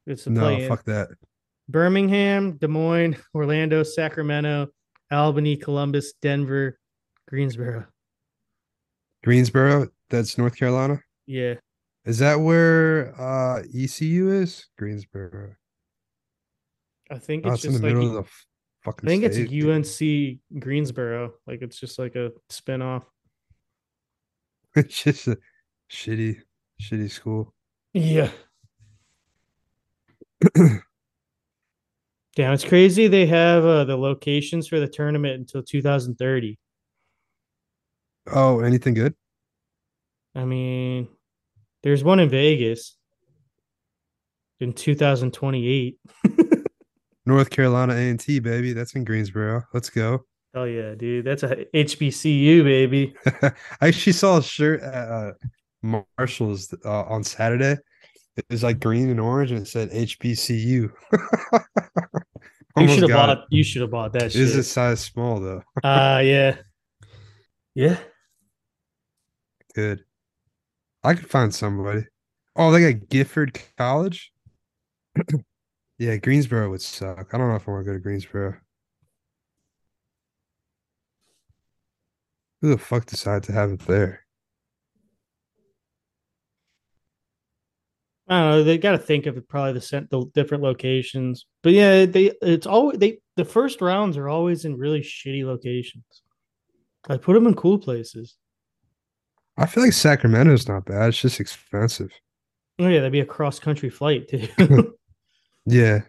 [SPEAKER 1] It's a
[SPEAKER 2] No,
[SPEAKER 1] play
[SPEAKER 2] fuck that.
[SPEAKER 1] Birmingham, Des Moines, Orlando, Sacramento, Albany, Columbus, Denver, Greensboro.
[SPEAKER 2] Greensboro, that's North Carolina.
[SPEAKER 1] Yeah.
[SPEAKER 2] Is that where uh ECU is? Greensboro.
[SPEAKER 1] I think
[SPEAKER 2] Oh,
[SPEAKER 1] it's
[SPEAKER 2] it's in the
[SPEAKER 1] just like
[SPEAKER 2] middle
[SPEAKER 1] you-
[SPEAKER 2] of the f-
[SPEAKER 1] I
[SPEAKER 2] fucking.
[SPEAKER 1] think it's
[SPEAKER 2] state.
[SPEAKER 1] UNC Greensboro. Like it's just like a spinoff.
[SPEAKER 2] it's just a shitty, shitty school.
[SPEAKER 1] Yeah. Damn, it's crazy. They have uh, the locations for the tournament until 2030.
[SPEAKER 2] Oh, anything good?
[SPEAKER 1] I mean, there's one in Vegas in 2028.
[SPEAKER 2] North Carolina A and T, baby. That's in Greensboro. Let's go.
[SPEAKER 1] Hell yeah, dude. That's a HBCU, baby.
[SPEAKER 2] I actually saw a shirt at uh, Marshalls uh, on Saturday. It was like green and orange, and it said HBCU.
[SPEAKER 1] You
[SPEAKER 2] Almost
[SPEAKER 1] should have
[SPEAKER 2] got
[SPEAKER 1] bought. You should have bought that
[SPEAKER 2] It is a
[SPEAKER 1] shit.
[SPEAKER 2] size small though.
[SPEAKER 1] Ah, yeah, yeah.
[SPEAKER 2] Good. I could find somebody. Oh, they got Gifford College. yeah, Greensboro would suck. I don't know if I want to go to Greensboro. Who the fuck decided to have it there?
[SPEAKER 1] I don't know. They got to think of probably the cent- the different locations. But yeah, they it's always they the first rounds are always in really shitty locations. I put them in cool places.
[SPEAKER 2] I feel like Sacramento's not bad. It's just expensive.
[SPEAKER 1] Oh yeah, that'd be a cross country flight too.
[SPEAKER 2] Yeah.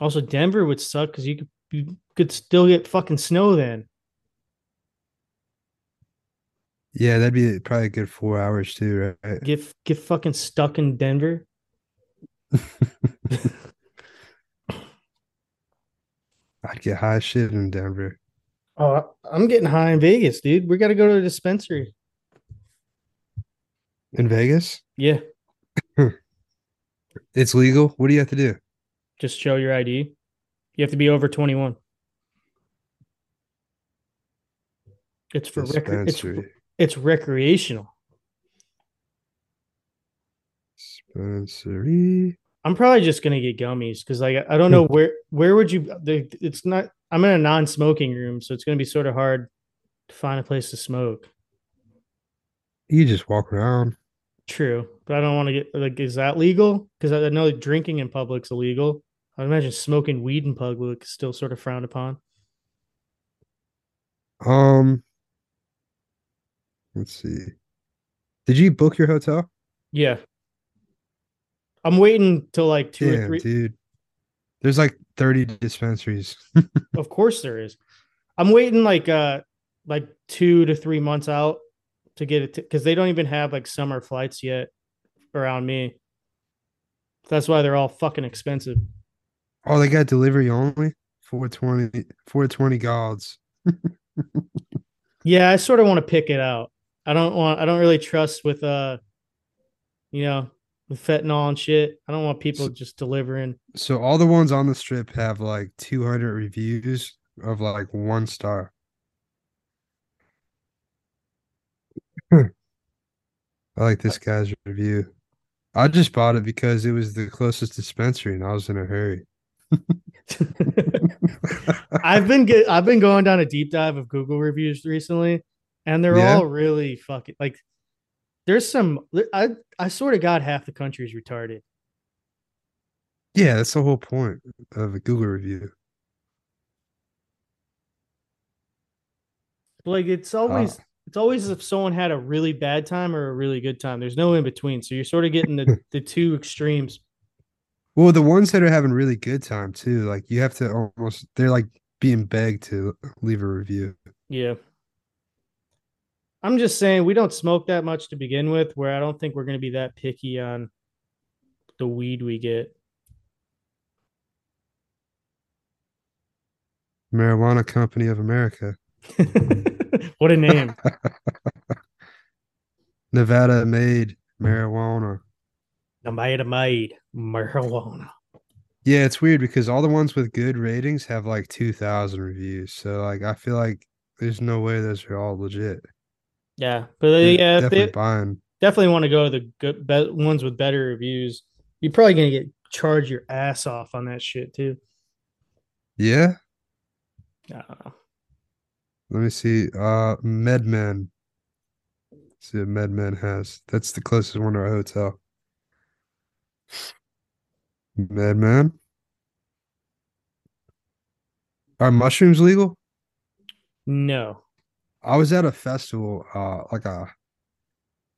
[SPEAKER 1] also, Denver would suck because you could you could still get fucking snow then.
[SPEAKER 2] Yeah, that'd be probably a good four hours too, right?
[SPEAKER 1] Get get fucking stuck in Denver.
[SPEAKER 2] I'd get high as shit in Denver.
[SPEAKER 1] Oh, I'm getting high in Vegas, dude. We got to go to the dispensary.
[SPEAKER 2] In Vegas?
[SPEAKER 1] Yeah,
[SPEAKER 2] It's legal. What do you have to do?
[SPEAKER 1] just show your ID. You have to be over 21. It's for record. It's
[SPEAKER 2] Dispensary.
[SPEAKER 1] it's recreational.
[SPEAKER 2] Dispensary.
[SPEAKER 1] I'm probably just gonna get gummies because like I don't know where where would you the, it's not I'm in a non-smoking room, so it's gonna be sort of hard to find a place to smoke.
[SPEAKER 2] You just walk around.
[SPEAKER 1] True, but I don't want to get like is that legal? Because I I know drinking in public's illegal. I would imagine smoking weed in public is still sort of frowned upon.
[SPEAKER 2] Um, let's see. Did you book your hotel?
[SPEAKER 1] Yeah. I'm waiting till like two or
[SPEAKER 2] Damn,
[SPEAKER 1] three.
[SPEAKER 2] dude. There's like 30 dispensaries.
[SPEAKER 1] Of course there is. I'm waiting like uh like two to three months out to get it because they don't even have like summer flights yet around me. That's why they're all fucking expensive.
[SPEAKER 2] Oh, they got delivery only. 420, 420 gods.
[SPEAKER 1] Yeah, I sort of want to pick it out. I don't want. I don't really trust with uh, you know, with fentanyl and shit. I don't want people
[SPEAKER 2] S-
[SPEAKER 1] just delivering.
[SPEAKER 2] So all the ones on the strip have like 200 reviews of like one star. I like this guy's review. I just bought it because it was the closest dispensary and I was in a hurry.
[SPEAKER 1] I've been get, I've been going down a deep dive of Google reviews recently, and they're
[SPEAKER 2] Yeah?
[SPEAKER 1] all really fucking like. There's some I I sort of got half the country's retarded.
[SPEAKER 2] Yeah, that's the whole point of a Google review.
[SPEAKER 1] But, Like it's always it's always if someone had a really bad time or a really good time. There's no in between, so you're sort of getting the the two extremes.
[SPEAKER 2] Well, the ones that are having really good time too, like you have to almost they're like being begged to leave a review.
[SPEAKER 1] Yeah. I'm just saying we don't smoke that much to begin with, where I don't think we're going to be that picky on the weed we get.
[SPEAKER 2] Marijuana Company of America,
[SPEAKER 1] what a name.
[SPEAKER 2] Nevada made marijuana.
[SPEAKER 1] Tomato made marijuana.
[SPEAKER 2] Yeah, it's weird because all the ones with good ratings have like 2,000 reviews. So like I feel like there's no way those are all legit.
[SPEAKER 1] Yeah, but they, Uh,
[SPEAKER 2] They're
[SPEAKER 1] yeah, if
[SPEAKER 2] definitely
[SPEAKER 1] they
[SPEAKER 2] buying.
[SPEAKER 1] definitely want to go to the good be- ones with better reviews. You're probably gonna get charge your ass off on that shit too.
[SPEAKER 2] Yeah.
[SPEAKER 1] I don't know.
[SPEAKER 2] Let me see. Uh MedMen. See what MedMen has. That's the closest one to our hotel. MedMen. Are mushrooms legal?
[SPEAKER 1] No,
[SPEAKER 2] I was at a festival, uh, like a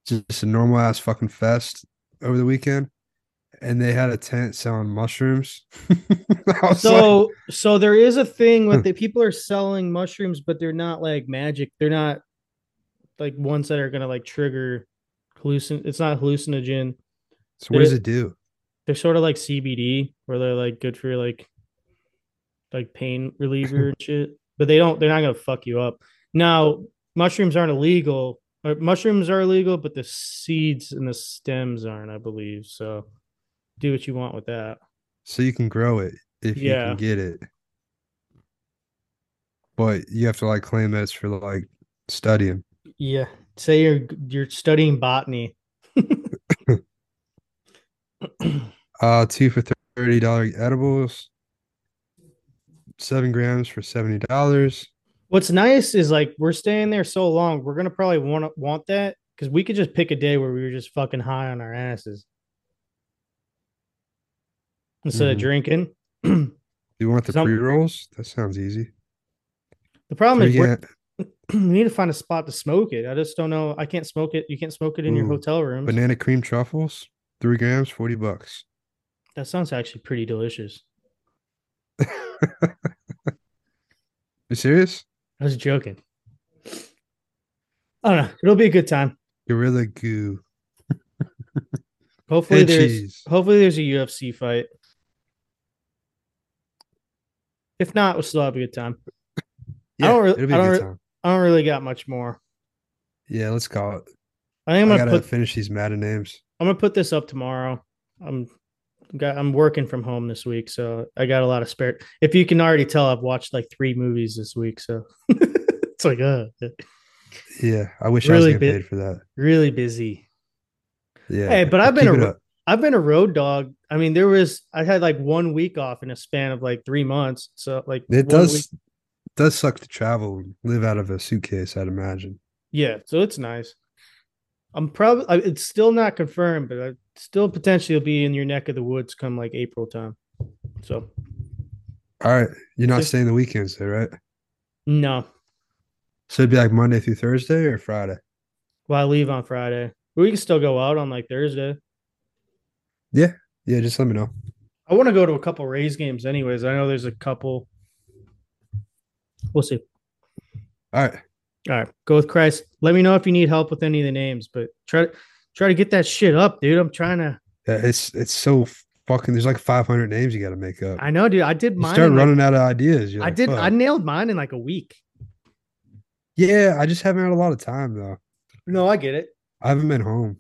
[SPEAKER 2] just a normal ass fucking fest over the weekend, and they had a tent selling mushrooms. I was like,
[SPEAKER 1] so so there is a thing with the people are selling mushrooms, but they're not like magic. They're not like ones that are gonna like trigger hallucin. It's not hallucinogen.
[SPEAKER 2] so what does
[SPEAKER 1] there-
[SPEAKER 2] it do?
[SPEAKER 1] They're sort of like CBD, where they're like good for like like pain reliever and shit. But they don't. They're not gonna fuck you up. Now mushrooms aren't illegal. Or mushrooms are illegal, but the seeds and the stems aren't, I believe. So do what you want with that.
[SPEAKER 2] so you can grow it if you
[SPEAKER 5] Yeah.
[SPEAKER 2] can get it. But you have to like claim that's for like studying.
[SPEAKER 1] Yeah. Say you're you're studying botany.
[SPEAKER 2] Uh, two for thirty dollar edibles. Seven grams for seventy dollars.
[SPEAKER 1] What's nice is like we're staying there so long, we're gonna probably want to want that because we could just pick a day where we were just fucking high on our asses instead of
[SPEAKER 2] Mhm.
[SPEAKER 1] drinking. the
[SPEAKER 2] Do you want the
[SPEAKER 1] Some-
[SPEAKER 2] pre rolls? That sounds easy.
[SPEAKER 1] problem is
[SPEAKER 2] Three
[SPEAKER 1] we're,
[SPEAKER 2] ga-
[SPEAKER 1] we need to find a spot to smoke it. I just don't know. I can't smoke it. You can't smoke it in your
[SPEAKER 2] Ooh,
[SPEAKER 1] hotel room.
[SPEAKER 2] banana cream truffles. Three grams, forty bucks.
[SPEAKER 1] That sounds actually pretty delicious.
[SPEAKER 2] You serious?
[SPEAKER 1] I was joking. I don't know. It'll be a good time.
[SPEAKER 2] Gorilla goo.
[SPEAKER 1] Hopefully
[SPEAKER 2] And
[SPEAKER 1] there's
[SPEAKER 2] cheese.
[SPEAKER 1] hopefully there's a UFC fight. If not, we'll still have a good time. I don't really-
[SPEAKER 2] it'll be
[SPEAKER 1] I
[SPEAKER 2] a
[SPEAKER 1] don't
[SPEAKER 2] good
[SPEAKER 1] re-
[SPEAKER 2] time.
[SPEAKER 1] I don't really got much more.
[SPEAKER 2] Yeah, let's call it.
[SPEAKER 1] I think
[SPEAKER 2] i
[SPEAKER 1] I'm gonna
[SPEAKER 2] gotta
[SPEAKER 1] put
[SPEAKER 2] finish these Madden names.
[SPEAKER 1] I'm gonna put this up tomorrow. I'm got I'm working from home this week, so I got a lot of spare. If you can already tell, I've watched like three movies this week, so it's like uh
[SPEAKER 2] Yeah, I wish
[SPEAKER 1] Really
[SPEAKER 2] I was
[SPEAKER 1] bit-
[SPEAKER 2] getting paid for that.
[SPEAKER 1] really busy.
[SPEAKER 2] Yeah.
[SPEAKER 1] Hey, but I've been
[SPEAKER 2] keep
[SPEAKER 1] a
[SPEAKER 2] it
[SPEAKER 1] ro-
[SPEAKER 2] up.
[SPEAKER 1] I've been a road dog. I mean, there was I had like one week off in a span of like three months. So like one
[SPEAKER 2] It
[SPEAKER 1] week-
[SPEAKER 2] does does suck to travel and live out of a suitcase, I'd imagine.
[SPEAKER 1] yeah. So it's nice. I'm probably it's still not confirmed, but I still potentially will be in your neck of the woods come like April time. So
[SPEAKER 2] All right. You're not
[SPEAKER 1] Just-
[SPEAKER 2] staying the weekends though, right?
[SPEAKER 1] no,
[SPEAKER 2] So it'd be like Monday through Thursday or Friday?
[SPEAKER 1] well I leave on Friday. We can still go out on like Thursday.
[SPEAKER 2] Yeah, just let me know.
[SPEAKER 1] I want to go to a couple Rays games, anyways. I know there's a couple. We'll see.
[SPEAKER 2] All right.
[SPEAKER 1] All right, go with Christ. Let me know if you need help with any of the names, but try to try to get that shit up, dude. I'm trying to.
[SPEAKER 2] Yeah, it's it's so fucking there's like five hundred names you gotta make up.
[SPEAKER 1] I know, dude. I did
[SPEAKER 2] you
[SPEAKER 1] mine.
[SPEAKER 2] start
[SPEAKER 1] in, like-
[SPEAKER 2] running out of ideas. You're
[SPEAKER 1] I
[SPEAKER 2] like,
[SPEAKER 1] did. I
[SPEAKER 2] "Fuck."
[SPEAKER 1] nailed mine in like a week.
[SPEAKER 2] Yeah, I just haven't had a lot of time though.
[SPEAKER 1] No, I get it.
[SPEAKER 2] I haven't been home.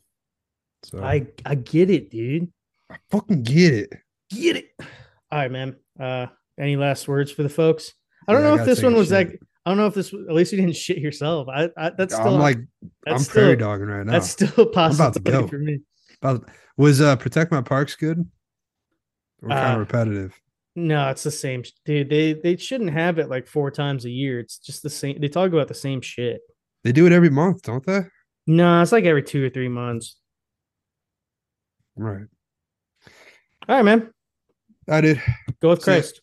[SPEAKER 2] So
[SPEAKER 1] I I get it, dude.
[SPEAKER 2] I fucking get it.
[SPEAKER 1] Get it. All right, man. Uh, any last words for the folks? I don't
[SPEAKER 2] Yeah, I
[SPEAKER 1] know if
[SPEAKER 2] gotta
[SPEAKER 1] this
[SPEAKER 2] take
[SPEAKER 1] one
[SPEAKER 2] a
[SPEAKER 1] was
[SPEAKER 2] shit.
[SPEAKER 1] like. I don't know if this. At least you didn't shit yourself. I. I that's still.
[SPEAKER 2] I'm like
[SPEAKER 1] that's
[SPEAKER 2] I'm
[SPEAKER 1] still,
[SPEAKER 2] prairie dogging right now.
[SPEAKER 1] That's still a
[SPEAKER 2] I'm about to
[SPEAKER 1] possibility
[SPEAKER 2] go.
[SPEAKER 1] for me.
[SPEAKER 2] About- was uh protect my parks good? We're kind
[SPEAKER 1] Uh,
[SPEAKER 2] of repetitive.
[SPEAKER 1] No, it's the same, sh- dude. They they shouldn't have it like four times a year. It's just the same. They talk about the same shit.
[SPEAKER 2] They do it every month, don't they?
[SPEAKER 1] No, it's like every two or three months.
[SPEAKER 2] Right.
[SPEAKER 1] All right, man.
[SPEAKER 2] I did.
[SPEAKER 1] Go with
[SPEAKER 2] See ya.
[SPEAKER 1] Christ.